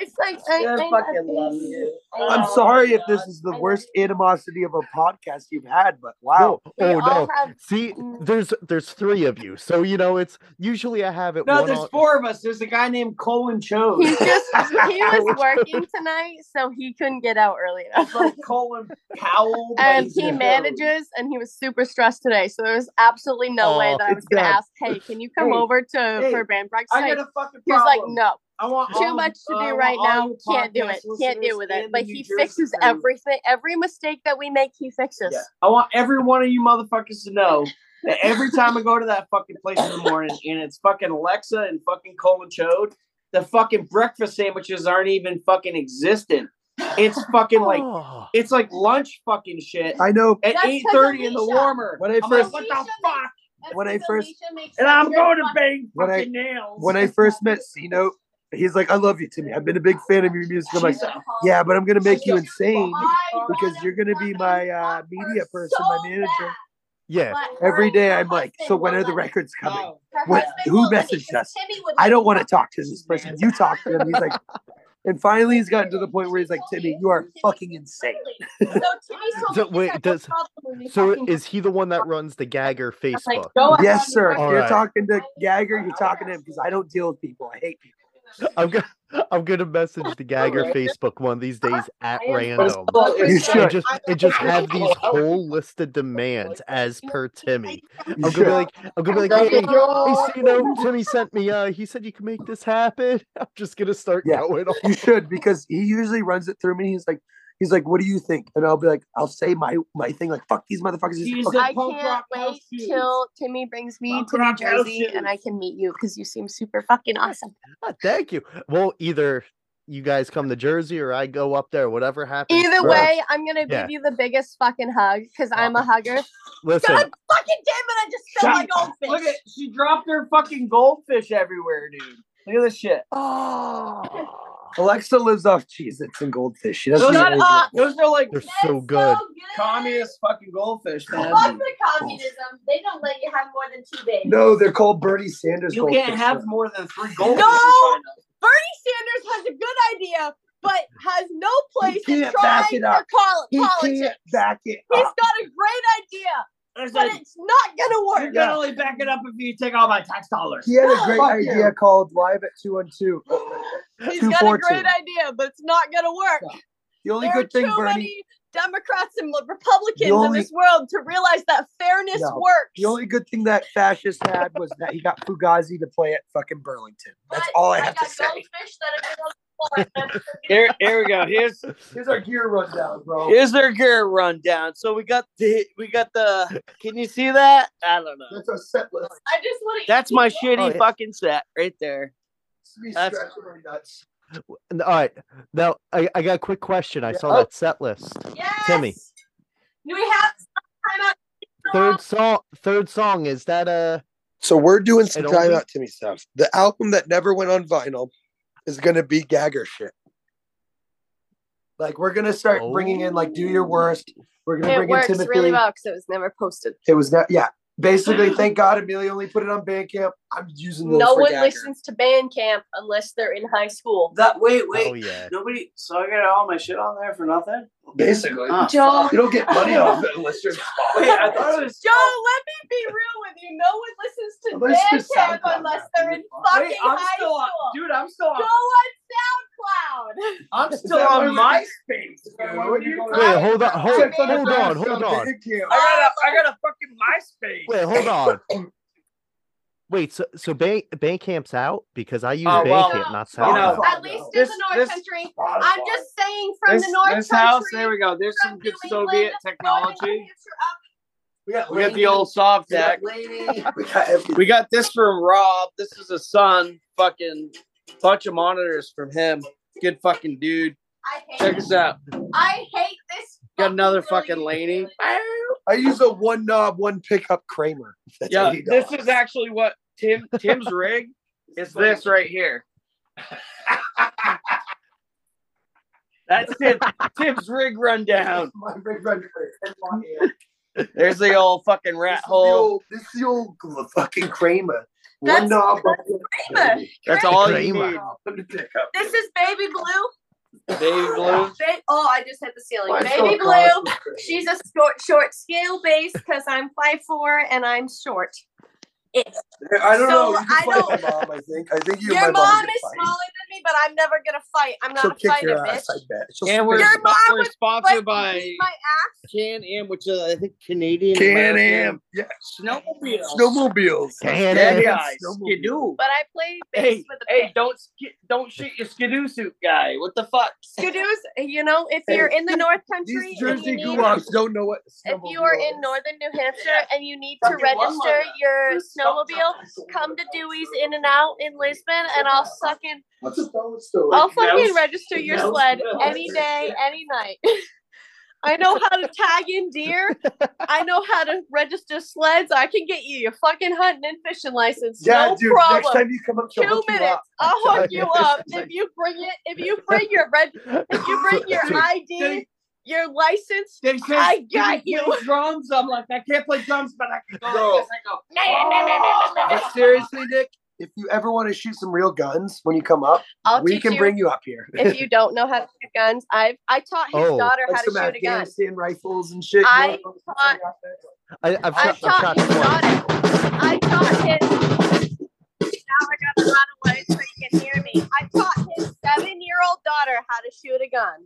Speaker 3: It's like I,
Speaker 4: Yeah,
Speaker 3: I
Speaker 4: fucking love you.
Speaker 2: I'm
Speaker 5: Oh,
Speaker 2: sorry if
Speaker 5: God.
Speaker 2: this is the
Speaker 5: I
Speaker 2: worst animosity of a podcast you've had, but wow.
Speaker 1: No,
Speaker 3: We
Speaker 1: oh
Speaker 3: all
Speaker 1: no.
Speaker 3: have.
Speaker 1: See,
Speaker 3: Mm.
Speaker 1: there's there's three of you, so you know it's usually I have it.
Speaker 4: No,
Speaker 1: one
Speaker 4: there's
Speaker 1: on-
Speaker 4: four of us. There's a guy named Colin
Speaker 3: He
Speaker 4: Chose.
Speaker 3: just. He was
Speaker 1: Ouch.
Speaker 3: working tonight, so he couldn't get out early enough.
Speaker 4: It's like Colin Powell. but
Speaker 3: And
Speaker 4: he's
Speaker 3: he
Speaker 4: a Chose.
Speaker 3: manages, and he was super stressed today. So there was absolutely no way
Speaker 1: Oh,
Speaker 3: that I was
Speaker 2: it's
Speaker 3: going to
Speaker 2: bad.
Speaker 3: ask, "Hey, can you come
Speaker 4: Hey,
Speaker 3: over to
Speaker 4: hey,
Speaker 3: for band practice?"
Speaker 4: I
Speaker 3: tonight?"
Speaker 4: got a fucking problem.
Speaker 3: He was like, "No."
Speaker 4: I want
Speaker 3: too
Speaker 4: all-
Speaker 3: much to do
Speaker 4: I want
Speaker 3: right
Speaker 4: all
Speaker 3: now.
Speaker 4: you
Speaker 3: Can't do
Speaker 4: podcast
Speaker 3: it. Can't
Speaker 4: listeners
Speaker 3: deal with it.
Speaker 4: and the
Speaker 3: But
Speaker 4: New
Speaker 3: he
Speaker 4: Jersey
Speaker 3: fixes
Speaker 4: crew.
Speaker 3: everything. Every mistake that we make, he fixes.
Speaker 4: Yeah. I want every one of you motherfuckers to know that every time I go to that fucking place in the morning and it's fucking Alexa and fucking Colin Chode, the fucking breakfast sandwiches aren't even fucking existent. It's fucking like
Speaker 1: Oh,
Speaker 4: it's like lunch fucking shit
Speaker 2: I know
Speaker 4: at
Speaker 5: That's
Speaker 4: 8:30 in the
Speaker 5: 'cause of
Speaker 4: warmer.
Speaker 2: When I
Speaker 4: I'm like,
Speaker 2: first-
Speaker 4: what the fuck?
Speaker 5: That's
Speaker 2: When I
Speaker 5: because
Speaker 2: first-
Speaker 5: Alicia makes
Speaker 4: And
Speaker 5: such
Speaker 4: I'm
Speaker 5: good
Speaker 4: going to
Speaker 5: fucking-
Speaker 4: bang
Speaker 2: When I-
Speaker 4: fucking nails. Oh.
Speaker 2: when I first met Cino, he's like, I love you, Timmy. I've been a big fan of your music. I'm like,
Speaker 4: She's a-
Speaker 2: yeah, but I'm going to make you
Speaker 5: I
Speaker 2: insane
Speaker 5: wanna
Speaker 2: because you're going to be
Speaker 5: fucking
Speaker 2: my uh,
Speaker 5: fuck her
Speaker 2: media person, my
Speaker 5: so
Speaker 2: manager.
Speaker 5: bad,
Speaker 1: yeah.
Speaker 5: but
Speaker 2: Every
Speaker 5: her
Speaker 2: day I'm like,
Speaker 5: husband
Speaker 2: so when
Speaker 5: will
Speaker 2: are the
Speaker 5: let-
Speaker 2: records coming?
Speaker 4: Oh,
Speaker 5: her
Speaker 2: what-
Speaker 5: husband
Speaker 2: who
Speaker 5: will let me
Speaker 2: messaged
Speaker 5: 'cause
Speaker 2: us?
Speaker 5: Timmy would
Speaker 2: I
Speaker 5: let
Speaker 2: don't
Speaker 5: me
Speaker 2: want to
Speaker 5: fuck
Speaker 2: talk to this person. You talk to him. He's like, and finally he's gotten to the point where he's like, Timmy, you are fucking insane.
Speaker 5: So Timmy told
Speaker 1: So
Speaker 5: me
Speaker 1: wait,
Speaker 5: wait,
Speaker 1: does-
Speaker 5: does, problem when
Speaker 1: So
Speaker 5: we fucking
Speaker 1: is he the one that runs the Gagger
Speaker 3: like,
Speaker 1: Facebook?
Speaker 3: go ahead.
Speaker 2: Yes, sir.
Speaker 1: All
Speaker 2: You're
Speaker 1: right.
Speaker 2: talking to Gagger. You're talking to him because I don't deal with people. I hate people.
Speaker 1: I'm gonna I'm gonna message the Gagger
Speaker 3: Alright.
Speaker 1: Facebook one of these days at
Speaker 3: I am-
Speaker 1: random.
Speaker 2: You
Speaker 1: And
Speaker 2: should.
Speaker 1: just and just have these whole list of demands as per Timmy. I'm
Speaker 2: You
Speaker 1: gonna be
Speaker 2: should.
Speaker 1: like I'm gonna be like, hey, hey, so, you know, Timmy sent me uh he said you can make this happen. I'm just gonna start
Speaker 2: Yeah.
Speaker 1: going on.
Speaker 2: You should because he usually runs it through me. He's like, he's like, what do you think? And I'll be like, I'll say my my thing. Like, fuck these motherfuckers. He's
Speaker 4: He's
Speaker 2: like,
Speaker 4: The
Speaker 6: I
Speaker 4: punk
Speaker 6: can't
Speaker 4: rock
Speaker 6: wait
Speaker 4: house shoes.
Speaker 6: till Timmy brings me
Speaker 4: Punk
Speaker 6: to New
Speaker 4: rock house
Speaker 6: Jersey and I
Speaker 4: shoes.
Speaker 6: can meet you because you seem super fucking awesome.
Speaker 1: Ah, thank you. Well, either you guys come to Jersey or I go up there, whatever happens.
Speaker 6: Either
Speaker 1: first.
Speaker 6: way, I'm gonna
Speaker 1: Yeah.
Speaker 6: give you the biggest fucking hug because I'm a hugger.
Speaker 1: listen,
Speaker 3: God fucking damn it! I just spilled my
Speaker 4: Shut up.
Speaker 3: goldfish.
Speaker 4: Look at she dropped her fucking goldfish everywhere, dude. Look at this shit.
Speaker 2: "Oh." Alexa lives off cheese. It's and goldfish. She doesn't.
Speaker 4: Shut
Speaker 2: eat anything
Speaker 3: up.
Speaker 2: else.
Speaker 4: Those are like
Speaker 1: they're
Speaker 3: That's
Speaker 1: so good.
Speaker 4: communist fucking goldfish, man.
Speaker 3: Fuck the communism. They don't let you have more than two babies.
Speaker 2: No, they're called Bernie Sanders.
Speaker 4: You
Speaker 2: goldfish.
Speaker 4: can't have more than three goldfish.
Speaker 3: No!
Speaker 4: in China.
Speaker 3: Bernie Sanders has a good idea, but has no place
Speaker 2: He
Speaker 3: to
Speaker 2: can't
Speaker 3: try
Speaker 2: back
Speaker 3: to
Speaker 2: it up.
Speaker 3: call
Speaker 2: He
Speaker 3: it politics.
Speaker 2: can't back it
Speaker 3: He's
Speaker 2: up.
Speaker 3: got a great idea,
Speaker 4: There's
Speaker 3: but
Speaker 4: a-
Speaker 3: it's not gonna
Speaker 4: You
Speaker 3: work.
Speaker 4: can only back it up if you take all my tax dollars.
Speaker 2: He had a
Speaker 3: No,
Speaker 2: great
Speaker 4: fuck you.
Speaker 2: idea called Live at Two and Two.
Speaker 3: He's
Speaker 2: Two
Speaker 3: got a
Speaker 2: four
Speaker 3: great
Speaker 2: two.
Speaker 3: idea, but it's not gonna work.
Speaker 2: The only
Speaker 3: there
Speaker 2: good thing,
Speaker 3: are too
Speaker 2: Bernie.
Speaker 3: many Democrats and Republicans
Speaker 2: only-
Speaker 3: in this world to realize that fairness
Speaker 2: No,
Speaker 3: works.
Speaker 2: The only good thing that fascist had was that he got Fugazi to play at fucking Burlington. That's
Speaker 3: But
Speaker 2: all I have
Speaker 3: got
Speaker 2: to say.
Speaker 3: goldfish that I can-
Speaker 4: Here, here we go. Here's
Speaker 2: Here's our gear rundown, bro.
Speaker 4: here's their gear rundown. So we got the we got the. Can you see that? I don't know.
Speaker 2: That's our set list.
Speaker 3: I just want to.
Speaker 4: That's my shitty
Speaker 1: Oh, yeah.
Speaker 4: fucking set right there.
Speaker 2: Me
Speaker 4: That's-
Speaker 2: scratching my nuts.
Speaker 1: N- All right. Now I, I got a quick question. I
Speaker 2: Yeah.
Speaker 1: saw
Speaker 2: Oh.
Speaker 1: that set list.
Speaker 3: Yes!
Speaker 1: Timmy.
Speaker 3: Do we have some time out?
Speaker 1: Third song third song, is that uh
Speaker 2: So we're doing some
Speaker 1: It only-
Speaker 2: time out Timmy stuff. The album that never went on vinyl is gonna be Gagger shit. Like we're gonna start bringing in like Do Your Worst. We're gonna
Speaker 6: It
Speaker 2: bring in
Speaker 6: works
Speaker 2: Timothy.
Speaker 6: really well because it was never posted.
Speaker 2: It was not yeah. Basically, thank God Amelia only put it on Bandcamp. I'm using this.
Speaker 6: No
Speaker 2: for
Speaker 6: one
Speaker 2: Gagger.
Speaker 6: listens to Bandcamp unless they're in high school.
Speaker 4: That wait
Speaker 1: oh yeah.
Speaker 4: Nobody. So I got all my shit on there for nothing.
Speaker 2: Basically.
Speaker 4: Ah.
Speaker 6: Joe,
Speaker 2: You don't get money off it unless you're
Speaker 4: Wait, I thought it was
Speaker 3: Joe, let me be real with you. No one listens to
Speaker 2: Unless you're
Speaker 3: Bandcamp
Speaker 2: SoundCloud
Speaker 3: unless
Speaker 2: rap,
Speaker 3: they're in
Speaker 2: dude.
Speaker 3: fucking
Speaker 4: Wait, I'm
Speaker 3: high
Speaker 4: still on,
Speaker 3: school.
Speaker 4: dude. I'm still
Speaker 3: Go
Speaker 4: on.
Speaker 3: on SoundCloud.
Speaker 4: I'm
Speaker 2: Is
Speaker 4: still
Speaker 2: that
Speaker 4: on
Speaker 2: why
Speaker 4: MySpace.
Speaker 2: we-
Speaker 4: dude.
Speaker 1: Wait, hold on, hold,
Speaker 3: Except on the
Speaker 1: hold on, hold on.
Speaker 4: I got a, I got a fucking MySpace.
Speaker 1: Wait, hold on. Wait, so so Bank Bandcamp's out because I use
Speaker 4: Oh, well,
Speaker 1: Bandcamp, not
Speaker 2: you know,
Speaker 1: SoundCloud.
Speaker 3: At least in
Speaker 4: This-
Speaker 3: the North
Speaker 4: this-
Speaker 3: Country. I'm just saying from
Speaker 4: this,
Speaker 3: the North
Speaker 4: this
Speaker 3: Country.
Speaker 4: house, there we go. There's
Speaker 3: from
Speaker 4: some good
Speaker 3: New
Speaker 4: Soviet
Speaker 3: England, Northern New
Speaker 4: technology.
Speaker 3: Hampshire up
Speaker 2: We got,
Speaker 4: We got the old soft tech.
Speaker 2: We got everything.
Speaker 4: We got this from Rob. This is a son. Fucking bunch of monitors from him. Good fucking dude.
Speaker 3: I hate
Speaker 4: Check this out.
Speaker 3: I hate this.
Speaker 4: Got another
Speaker 3: building.
Speaker 4: fucking Laney.
Speaker 2: I use a one knob, one pickup Kramer. That's
Speaker 4: Yeah,
Speaker 2: $80.
Speaker 4: this is actually what Tim Tim's rig is this right here. That's Tim, Tim's rig rundown.
Speaker 2: My big red shirt. This is
Speaker 4: There's the old fucking rat
Speaker 2: the
Speaker 4: hole.
Speaker 2: old- This is the old gl- fucking Kramer.
Speaker 3: That's-
Speaker 2: one knob, one
Speaker 3: Kramer.
Speaker 4: That's all you
Speaker 1: Kramer.
Speaker 4: need.
Speaker 2: one pickup.
Speaker 3: This is baby blue.
Speaker 4: Baby blue.
Speaker 3: Ba- oh, I just hit the ceiling.
Speaker 2: Why so
Speaker 3: baby
Speaker 2: close?
Speaker 3: blue. She's a short, short scale base because I'm five four and I'm short.
Speaker 2: I don't know.
Speaker 3: so
Speaker 2: You can
Speaker 3: I
Speaker 2: fight my mom. I think. I think you
Speaker 3: Your
Speaker 2: and my
Speaker 3: mom
Speaker 2: can
Speaker 3: is
Speaker 2: fight.
Speaker 3: smaller than me, but I'm never gonna fight. I'm not
Speaker 2: She'll
Speaker 3: a
Speaker 2: kick
Speaker 3: fighter,
Speaker 2: your
Speaker 3: bitch.
Speaker 2: ass. I bet. She'll
Speaker 4: And we're,
Speaker 3: Your mom
Speaker 4: we're
Speaker 3: was
Speaker 4: sponsored
Speaker 3: Fight
Speaker 4: by
Speaker 3: my ass.
Speaker 4: Can Am, which is I think Canadian.
Speaker 2: Can
Speaker 4: American.
Speaker 2: Am. Yeah.
Speaker 4: Snowmobile.
Speaker 2: Snowmobiles.
Speaker 1: Can
Speaker 4: Yeah,
Speaker 1: Am.
Speaker 4: guys.
Speaker 2: Snowmobile.
Speaker 4: Skidoo.
Speaker 3: But I play bass
Speaker 4: Hey,
Speaker 3: with a
Speaker 4: hey, don't sk- don't shoot your skidoo suit guy. What the fuck?
Speaker 3: Skidoos, you know, if you're in the North Country,
Speaker 2: These
Speaker 3: and
Speaker 2: Jersey
Speaker 3: you need
Speaker 2: gulags don't know what.
Speaker 3: if you are
Speaker 2: snowmobile
Speaker 3: in
Speaker 2: is.
Speaker 3: northern New Hampshire
Speaker 4: Yeah.
Speaker 3: and you need to
Speaker 4: Fucking love
Speaker 3: register
Speaker 4: that.
Speaker 3: your
Speaker 4: There's
Speaker 3: snowmobile,
Speaker 4: something-
Speaker 3: come to Dewey's In and Out in Lisbon, and I'll fucking
Speaker 2: What's a phone store?
Speaker 3: I'll
Speaker 4: Like
Speaker 3: fucking
Speaker 4: mouse-
Speaker 3: register your
Speaker 4: mouse
Speaker 3: sled
Speaker 4: wheels.
Speaker 3: any day, any night. I know how to tag in deer. I know how to register sleds. I can get you your fucking hunting and fishing license.
Speaker 2: yeah,
Speaker 3: no
Speaker 2: dude.
Speaker 3: problem.
Speaker 2: Next time you come up, she'll
Speaker 3: Two
Speaker 2: hook you
Speaker 3: minutes.
Speaker 2: up.
Speaker 3: I'll
Speaker 1: telling
Speaker 3: hook you
Speaker 1: you.
Speaker 3: up if you bring it. If you bring your red, if you bring your
Speaker 1: Dude,
Speaker 3: ID, your license,
Speaker 4: They said,
Speaker 3: I
Speaker 4: "Can
Speaker 3: got
Speaker 4: Play drums. I'm like, I can't play drums, but I can go.
Speaker 2: No.
Speaker 4: Like this. I go. But seriously, Nick.
Speaker 2: If you ever want to shoot some real guns when you come up,
Speaker 3: I'll
Speaker 2: we
Speaker 3: teach
Speaker 2: can
Speaker 3: you.
Speaker 2: bring you up here.
Speaker 3: if you don't know how to shoot guns, I've I taught his
Speaker 1: Oh.
Speaker 3: daughter
Speaker 2: Like
Speaker 3: how to
Speaker 2: some
Speaker 3: shoot a gun.
Speaker 2: Afghanistan rifles and shit.
Speaker 3: I
Speaker 2: You know,
Speaker 3: taught-
Speaker 1: I, I've
Speaker 3: I
Speaker 1: shot, I've
Speaker 3: taught
Speaker 1: shot
Speaker 3: his
Speaker 1: twice.
Speaker 3: daughter. I taught his. Now I gotta run away so you can hear me. I taught his seven year old daughter how to shoot a gun.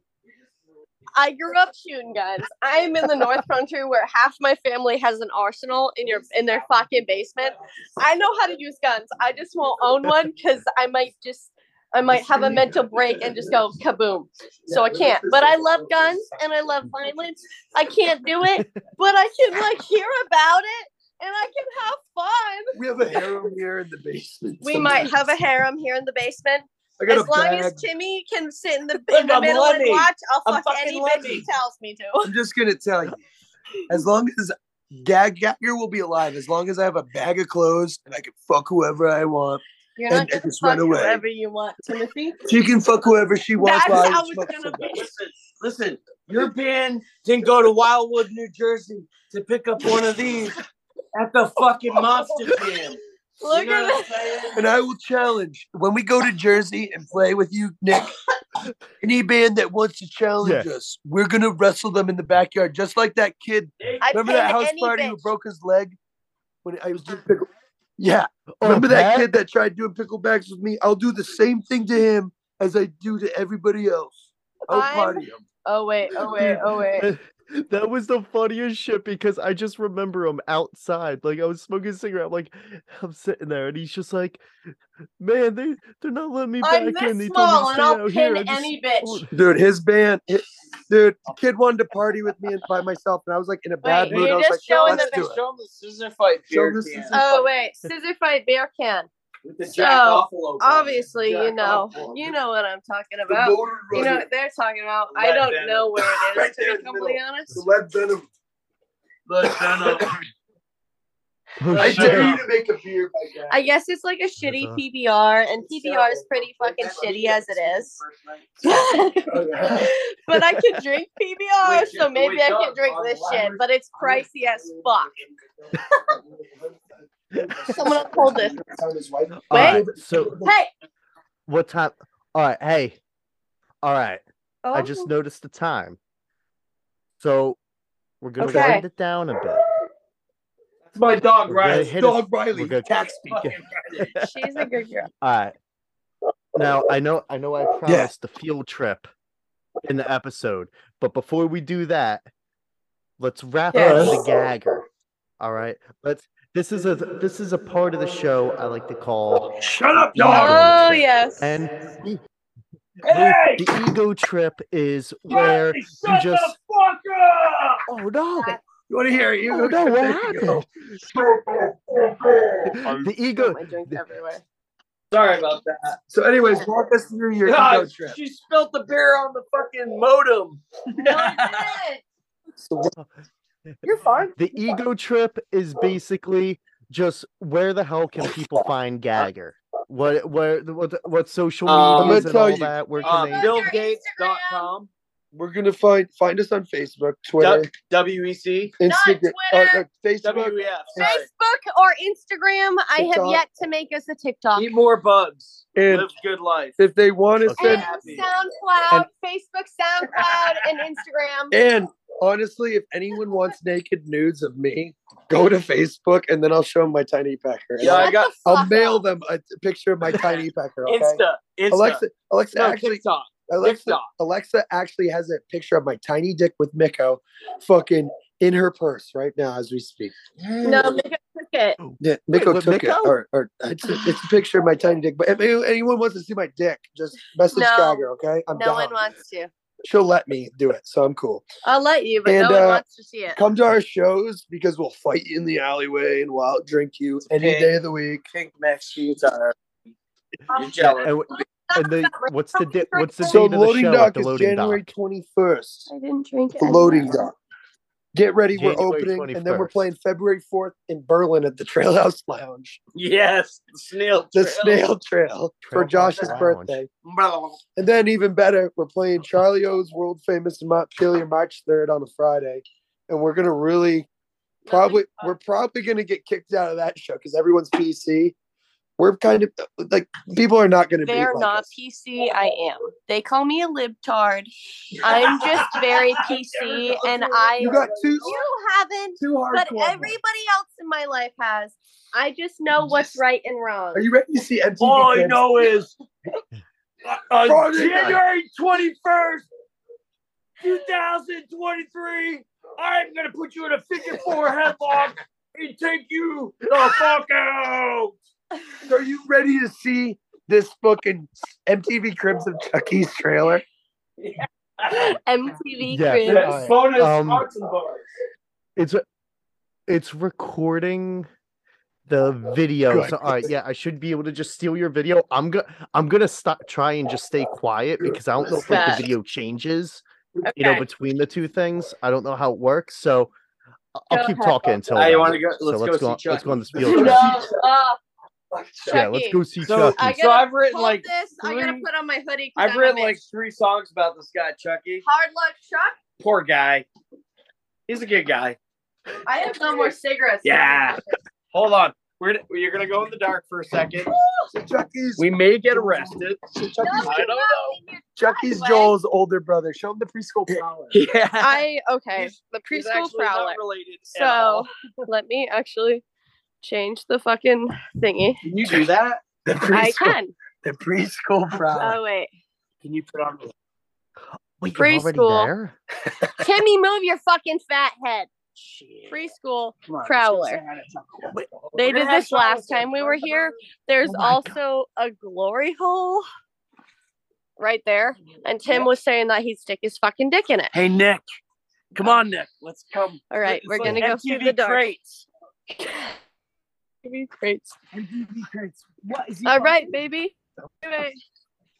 Speaker 3: I grew up shooting guns. I am in the North Country where half my family has an arsenal in your in their fucking basement. I know how to use guns. I just won't own one because I might just I might have a mental break and just go kaboom. So I can't. But I love guns and I love violence. I can't do it, but I can like hear about it and I can have fun.
Speaker 2: We have a harem here in the basement.
Speaker 3: We might have a harem here in the basement.
Speaker 2: I got
Speaker 3: As
Speaker 2: a
Speaker 3: long
Speaker 2: bag.
Speaker 3: as Timmy can sit in the,
Speaker 4: Look,
Speaker 3: in the
Speaker 4: I'm
Speaker 3: middle and
Speaker 4: Lenny.
Speaker 3: watch, I'll
Speaker 4: I'm
Speaker 3: fuck
Speaker 4: fucking
Speaker 3: any bitch
Speaker 4: Lenny.
Speaker 3: he tells me to.
Speaker 2: I'm just gonna tell you. As long as Gag Gagger will be alive, as long as I have a bag of clothes and I can fuck whoever I want,
Speaker 3: You're
Speaker 2: and,
Speaker 3: not
Speaker 2: and
Speaker 3: gonna
Speaker 2: just
Speaker 3: fuck
Speaker 2: run away.
Speaker 3: whoever you want, Timothy.
Speaker 2: She can fuck whoever she wants.
Speaker 3: That's
Speaker 2: while I
Speaker 3: how
Speaker 2: just
Speaker 3: it's
Speaker 2: fuck
Speaker 3: gonna
Speaker 2: somebody.
Speaker 3: be.
Speaker 4: Listen, listen. Your band didn't go to Wildwood, New Jersey, to pick up one of these at the fucking Monster Jam.
Speaker 3: Look
Speaker 4: You know
Speaker 3: at
Speaker 4: what I'm
Speaker 3: this.
Speaker 4: saying?
Speaker 2: And I will challenge when we go to Jersey and play with you, Nick. Any band that wants to challenge us, we're gonna wrestle them in the backyard, just like that kid.
Speaker 3: I
Speaker 2: Remember that
Speaker 3: pin
Speaker 2: house
Speaker 3: any
Speaker 2: party
Speaker 3: bitch.
Speaker 2: who broke his leg when I was doing pickle. Yeah,
Speaker 1: Oh,
Speaker 2: remember that
Speaker 1: Pat?
Speaker 2: kid that tried doing picklebacks with me? I'll do the same thing to him as I do to everybody else. I'll
Speaker 3: I'm-
Speaker 2: party him.
Speaker 3: Oh wait, oh wait, oh wait.
Speaker 1: That- that was the funniest shit because I just remember him outside. Like I was smoking a cigarette. I'm like, I'm sitting there, and he's just like, "Man, they they're not letting me
Speaker 3: I'm
Speaker 1: back in." They told me
Speaker 3: this
Speaker 1: to
Speaker 3: small and
Speaker 1: stay
Speaker 3: I'll
Speaker 1: out here.
Speaker 3: pin
Speaker 1: I just- Oh,
Speaker 3: any bitch.
Speaker 2: Dude, his band, hi- dude, the kid wanted to party with me and by myself, and I was like in a bad
Speaker 3: Wait,
Speaker 2: mood. I
Speaker 3: you're
Speaker 2: was like,
Speaker 3: just showing
Speaker 2: let's
Speaker 3: the
Speaker 2: do it.
Speaker 4: Show 'em the scissor fight
Speaker 2: Show 'em
Speaker 4: beer
Speaker 2: the
Speaker 4: can
Speaker 2: scissor-
Speaker 3: Oh wait, scissor fight bear can.
Speaker 2: Oh,
Speaker 4: with the
Speaker 3: So,
Speaker 4: jack offalo.
Speaker 3: Obviously,
Speaker 2: Jack
Speaker 3: you know,
Speaker 2: off.
Speaker 3: you know what I'm talking
Speaker 2: The
Speaker 3: about.
Speaker 2: Lord
Speaker 3: You know
Speaker 2: Runner,
Speaker 3: what they're talking about. I
Speaker 4: Right
Speaker 3: don't
Speaker 4: there.
Speaker 3: know where it
Speaker 2: Right
Speaker 3: is
Speaker 2: there
Speaker 3: to
Speaker 2: in
Speaker 3: be
Speaker 2: the
Speaker 3: completely honest.
Speaker 2: the lead venom.
Speaker 4: Look, no, no.
Speaker 1: Oh,
Speaker 4: I
Speaker 2: I
Speaker 1: shit.
Speaker 4: Shut
Speaker 2: dare you
Speaker 4: up.
Speaker 2: to make a beer by Jack.
Speaker 3: I guess it's like a shitty
Speaker 1: Bizarre.
Speaker 3: PBR, and PBR is pretty fucking shitty as it is. but I can drink PBR,
Speaker 4: Wait,
Speaker 3: so
Speaker 4: wait,
Speaker 3: maybe I can
Speaker 4: dog,
Speaker 3: drink
Speaker 4: on
Speaker 3: this
Speaker 4: the
Speaker 3: shit.
Speaker 4: ladder.
Speaker 3: But it's pricey as fuck. Someone else hold this.
Speaker 1: All
Speaker 3: Wait.
Speaker 1: right, so
Speaker 3: Hey,
Speaker 1: what time? All right, hey, all right.
Speaker 3: oh,
Speaker 1: I just noticed the time, so we're gonna
Speaker 3: Okay.
Speaker 1: wind it down a bit.
Speaker 4: That's my dog,
Speaker 1: We're
Speaker 4: Riley.
Speaker 1: gonna hit a-
Speaker 2: Dog Riley,
Speaker 1: we're gonna-
Speaker 2: tax me.
Speaker 4: Fucking Riley.
Speaker 3: she's a good girl.
Speaker 1: All right. Uh, Now I know I know I promised the field trip in the episode, but before we do that, let's wrap up
Speaker 2: Yes.
Speaker 1: the gagger. All right. Let's this is a this is a part of the show I like to call
Speaker 2: Shut up,
Speaker 1: the
Speaker 2: dog.
Speaker 1: ego
Speaker 3: Oh
Speaker 1: trip.
Speaker 3: yes.
Speaker 1: And the,
Speaker 4: Hey!
Speaker 1: the, the ego trip is where
Speaker 4: Riley,
Speaker 1: you
Speaker 4: shut
Speaker 1: just
Speaker 4: the fuck up!
Speaker 1: oh no
Speaker 2: You want to hear it? You
Speaker 1: oh no what happened? The
Speaker 3: Got
Speaker 1: ego
Speaker 3: my drink everywhere.
Speaker 4: Sorry about that.
Speaker 2: So, anyways, walk us through your
Speaker 4: God,
Speaker 2: ego trip.
Speaker 4: she spilt the beer on the fucking modem.
Speaker 3: No, I didn't. You're fine.
Speaker 1: the ego trip is basically just where the hell can people find Gagger? What where what what social
Speaker 4: Um, I'm
Speaker 1: medias
Speaker 2: gonna
Speaker 1: and
Speaker 2: tell
Speaker 1: all
Speaker 2: you.
Speaker 1: that? Where
Speaker 4: Uh,
Speaker 1: can they?
Speaker 4: BillGates.com,
Speaker 2: We're gonna find find us on Facebook, Twitter,
Speaker 4: W- E WEC,
Speaker 2: Instagram, uh,
Speaker 3: Twitter.
Speaker 2: uh, Facebook.
Speaker 4: WEF. E Sorry.
Speaker 3: Facebook or Instagram. I have
Speaker 2: TikTok.
Speaker 3: yet to make us a TikTok.
Speaker 4: Eat more bugs.
Speaker 2: And-
Speaker 4: Live good life.
Speaker 2: If they want to
Speaker 1: Okay.
Speaker 2: send,
Speaker 3: And
Speaker 4: happy.
Speaker 3: SoundCloud, Facebook, SoundCloud, and Instagram.
Speaker 2: and honestly, if anyone wants naked nudes of me, go to Facebook, and then I'll show them my tiny pecker. And
Speaker 4: Yeah, I
Speaker 3: Shut
Speaker 4: got-
Speaker 3: the
Speaker 2: I'll
Speaker 3: fuck
Speaker 2: mail
Speaker 3: up.
Speaker 2: them a t- picture of my tiny pecker. Okay?
Speaker 4: Insta. Insta.
Speaker 2: Alexa, Alexa
Speaker 4: no,
Speaker 2: actually,
Speaker 4: TikTok.
Speaker 2: Alexa,
Speaker 4: TikTok.
Speaker 2: Alexa actually has a picture of my tiny dick with Miko, fucking in her purse right now as we speak.
Speaker 3: No, because I took it.
Speaker 2: Yeah, Miko
Speaker 1: what,
Speaker 2: took it.
Speaker 1: Mikko?
Speaker 2: Or, or it's, a, it's a picture of my tiny dick. But if any- anyone wants to see my dick, just message
Speaker 3: No.
Speaker 2: Gagger, okay? I'm
Speaker 3: No
Speaker 2: down.
Speaker 3: one wants to.
Speaker 2: She'll let me do it, so I'm cool.
Speaker 3: I'll let you, but
Speaker 2: And,
Speaker 3: no one
Speaker 2: uh,
Speaker 3: wants to see it.
Speaker 2: Come to our shows because we'll fight you in the alleyway and we'll out drink you any
Speaker 4: Okay.
Speaker 2: day of the week.
Speaker 4: Pink Max Sheets are. You're jealous.
Speaker 1: And, and the, what's the di- what's the date
Speaker 2: So
Speaker 1: of the
Speaker 2: loading
Speaker 1: show at
Speaker 2: dock
Speaker 1: the
Speaker 2: is
Speaker 1: loading
Speaker 2: January
Speaker 1: dock?
Speaker 2: twenty first.
Speaker 3: I didn't drink
Speaker 2: The
Speaker 3: it.
Speaker 2: loading dock. Get ready, we're
Speaker 1: January
Speaker 2: opening, and then we're
Speaker 1: 21st.
Speaker 2: playing February fourth in Berlin at the Trail House Lounge,
Speaker 4: Yes, the snail.
Speaker 2: the
Speaker 4: trail.
Speaker 2: Snail Trail,
Speaker 1: Trail
Speaker 2: for
Speaker 1: House
Speaker 2: Josh's
Speaker 1: Lounge.
Speaker 2: birthday.
Speaker 4: Blah.
Speaker 2: And then even better, we're playing Charlie O's World Famous in Montpelier March 3rd on a Friday. And we're gonna really probably we're probably gonna get kicked out of that show because everyone's PC. We're kind of like people are not gonna
Speaker 3: They're
Speaker 2: be like
Speaker 3: not
Speaker 2: us.
Speaker 3: PC. I am. They call me a libtard. I'm just very PC, and I.
Speaker 2: You got two
Speaker 3: You haven't,
Speaker 2: two hardcore.
Speaker 3: but
Speaker 2: ones.
Speaker 3: everybody else in my life has. I just know what's right and wrong.
Speaker 2: Are you ready to see MTV?
Speaker 4: All I
Speaker 2: Cribs?
Speaker 4: know is on
Speaker 2: Friday night.
Speaker 4: January 21st, 2023, I'm going to put you in a figure four headlock and take you the fuck out.
Speaker 2: Are you ready to see this fucking MTV Cribs of Chucky's trailer?
Speaker 5: MTV
Speaker 1: Yeah.
Speaker 5: Cribs.
Speaker 2: Yes,
Speaker 4: bonus
Speaker 1: Um,
Speaker 4: arts and bars.
Speaker 1: it's it's recording the video
Speaker 2: Good.
Speaker 1: so all right yeah i should be able to just steal your video i'm gonna i'm gonna stop try and just stay quiet because i don't know if like, the
Speaker 5: Respect.
Speaker 1: video changes you know
Speaker 5: Okay.
Speaker 1: between the two things i don't know how it works so I- i'll
Speaker 5: Go
Speaker 1: keep
Speaker 5: ahead.
Speaker 1: talking until
Speaker 4: Now you
Speaker 1: then.
Speaker 4: wanna go-
Speaker 1: so
Speaker 4: let's
Speaker 1: let's
Speaker 4: go
Speaker 1: go,
Speaker 4: see
Speaker 1: on, let's go on this
Speaker 2: Chucky.
Speaker 1: field trip
Speaker 5: No, uh,
Speaker 1: yeah let's go see
Speaker 4: So-
Speaker 1: chucky
Speaker 5: gotta
Speaker 4: I've written,
Speaker 5: hold
Speaker 4: like,
Speaker 5: this. I gotta
Speaker 4: three-
Speaker 5: put on my hoodie. 'cause
Speaker 4: I've
Speaker 5: I'm a
Speaker 4: written
Speaker 5: bitch.
Speaker 4: like three songs about this guy, Chucky.
Speaker 5: hard luck Chuck.
Speaker 4: Poor guy. He's a good guy.
Speaker 5: I have no more cigarettes.
Speaker 4: Yeah. Hold on. We're gonna, you're going to go in the dark for a second.
Speaker 2: So Chucky's
Speaker 4: We may get arrested.
Speaker 2: so
Speaker 5: No,
Speaker 2: Chucky's,
Speaker 5: you're
Speaker 4: I don't
Speaker 5: not
Speaker 4: know.
Speaker 5: in your-
Speaker 2: Chucky's
Speaker 5: Anyway.
Speaker 2: Joel's older brother. Show him the preschool prowler.
Speaker 4: Yeah.
Speaker 3: I okay.
Speaker 4: He's-
Speaker 3: The
Speaker 4: He's
Speaker 3: preschool
Speaker 4: actually not
Speaker 3: prowler.
Speaker 4: related at
Speaker 3: So
Speaker 4: all.
Speaker 3: let me actually change the fucking thingy.
Speaker 4: Can you do that?
Speaker 2: The
Speaker 3: I
Speaker 2: preschool,
Speaker 3: can.
Speaker 2: the preschool prowler.
Speaker 3: Oh wait,
Speaker 4: Can you put on?
Speaker 1: wait you're already
Speaker 3: preschool.
Speaker 1: there
Speaker 3: Timmy, move your fucking fat head.
Speaker 4: Shit.
Speaker 3: Preschool.
Speaker 4: Come on,
Speaker 3: Prowler.
Speaker 4: just say hi to Chuck.
Speaker 1: Wait.
Speaker 4: We're
Speaker 3: They
Speaker 4: gonna
Speaker 3: did
Speaker 4: have
Speaker 3: this last
Speaker 4: Charlotte
Speaker 3: time we
Speaker 4: here.
Speaker 3: were here. There's
Speaker 1: my
Speaker 3: also a glory hole right there, and Tim was saying that he'd stick his fucking dick in it.
Speaker 4: Hey Nick, come on Nick, let's come.
Speaker 3: All right, we're
Speaker 4: It's
Speaker 3: gonna
Speaker 4: like
Speaker 3: go through
Speaker 4: MTV
Speaker 3: the dark.
Speaker 4: crates.
Speaker 3: Baby crates.
Speaker 4: MTV crates. What is he?
Speaker 3: All right, baby. All right.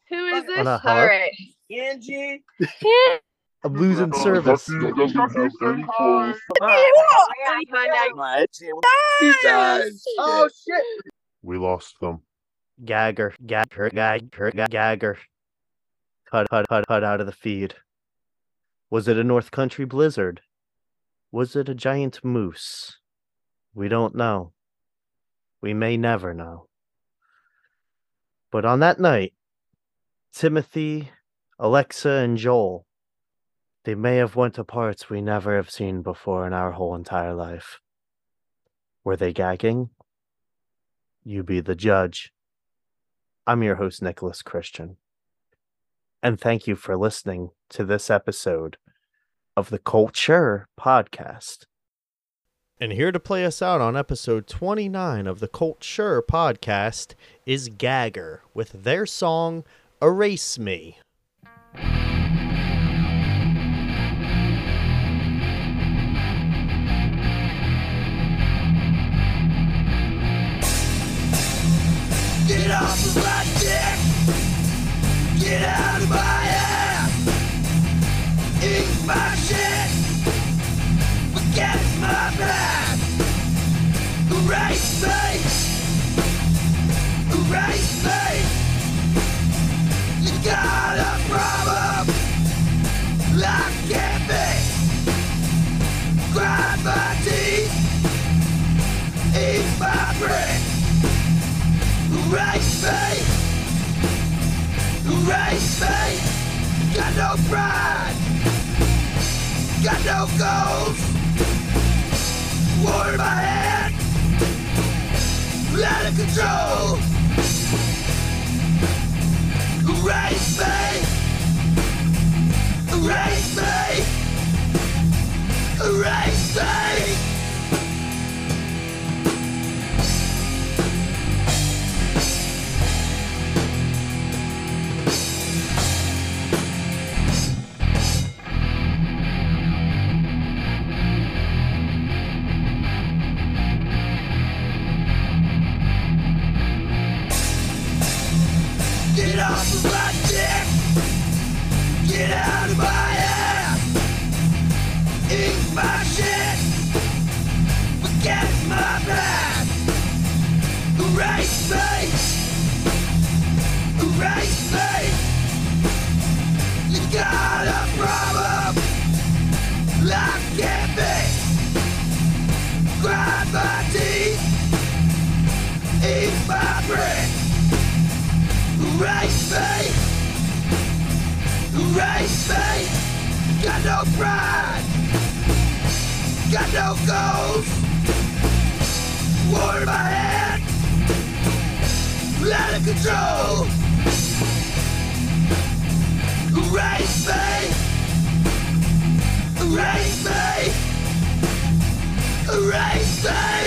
Speaker 3: Who is
Speaker 1: Oh,
Speaker 3: this?
Speaker 1: no,
Speaker 3: All
Speaker 1: hello?
Speaker 3: right.
Speaker 4: Angie.
Speaker 1: i'm losing
Speaker 4: Oh,
Speaker 1: service
Speaker 2: Oh shit!
Speaker 7: We lost them.
Speaker 1: gagger gagger gagger gagger cut cut cut cut out of the feed was it a north country blizzard was it a giant moose we don't know we may never know but on that night timothy alexa and joel they may have went to parts we never have seen before in our whole entire life were they gagging you be the judge I'm your host, Nicholas Christian. And thank you for listening to this episode of the Culture Podcast. And here to play us out on episode 29 of the Culture Podcast is Gagger with their song Erase Me.
Speaker 8: Get off of my dick! Get out of my ass! Eat my shit! Forget my past! Erase me! Erase me! You got a problem! I can't fix! Grind my teeth! Eat my bricks! Erase me! Erase me! Got no pride! Got no goals! War in my hand! Out of control! Erase me! Erase me! Erase me! Get off of my dick! Get out of my ass! Eat my shit! Forget my past! Erase me! Erase me! You got a problem! I can't fix! Grind my teeth! Eat my bricks! Erase me! Erase me! Got no pride! Got no goals! War in my head! Out of control! racist.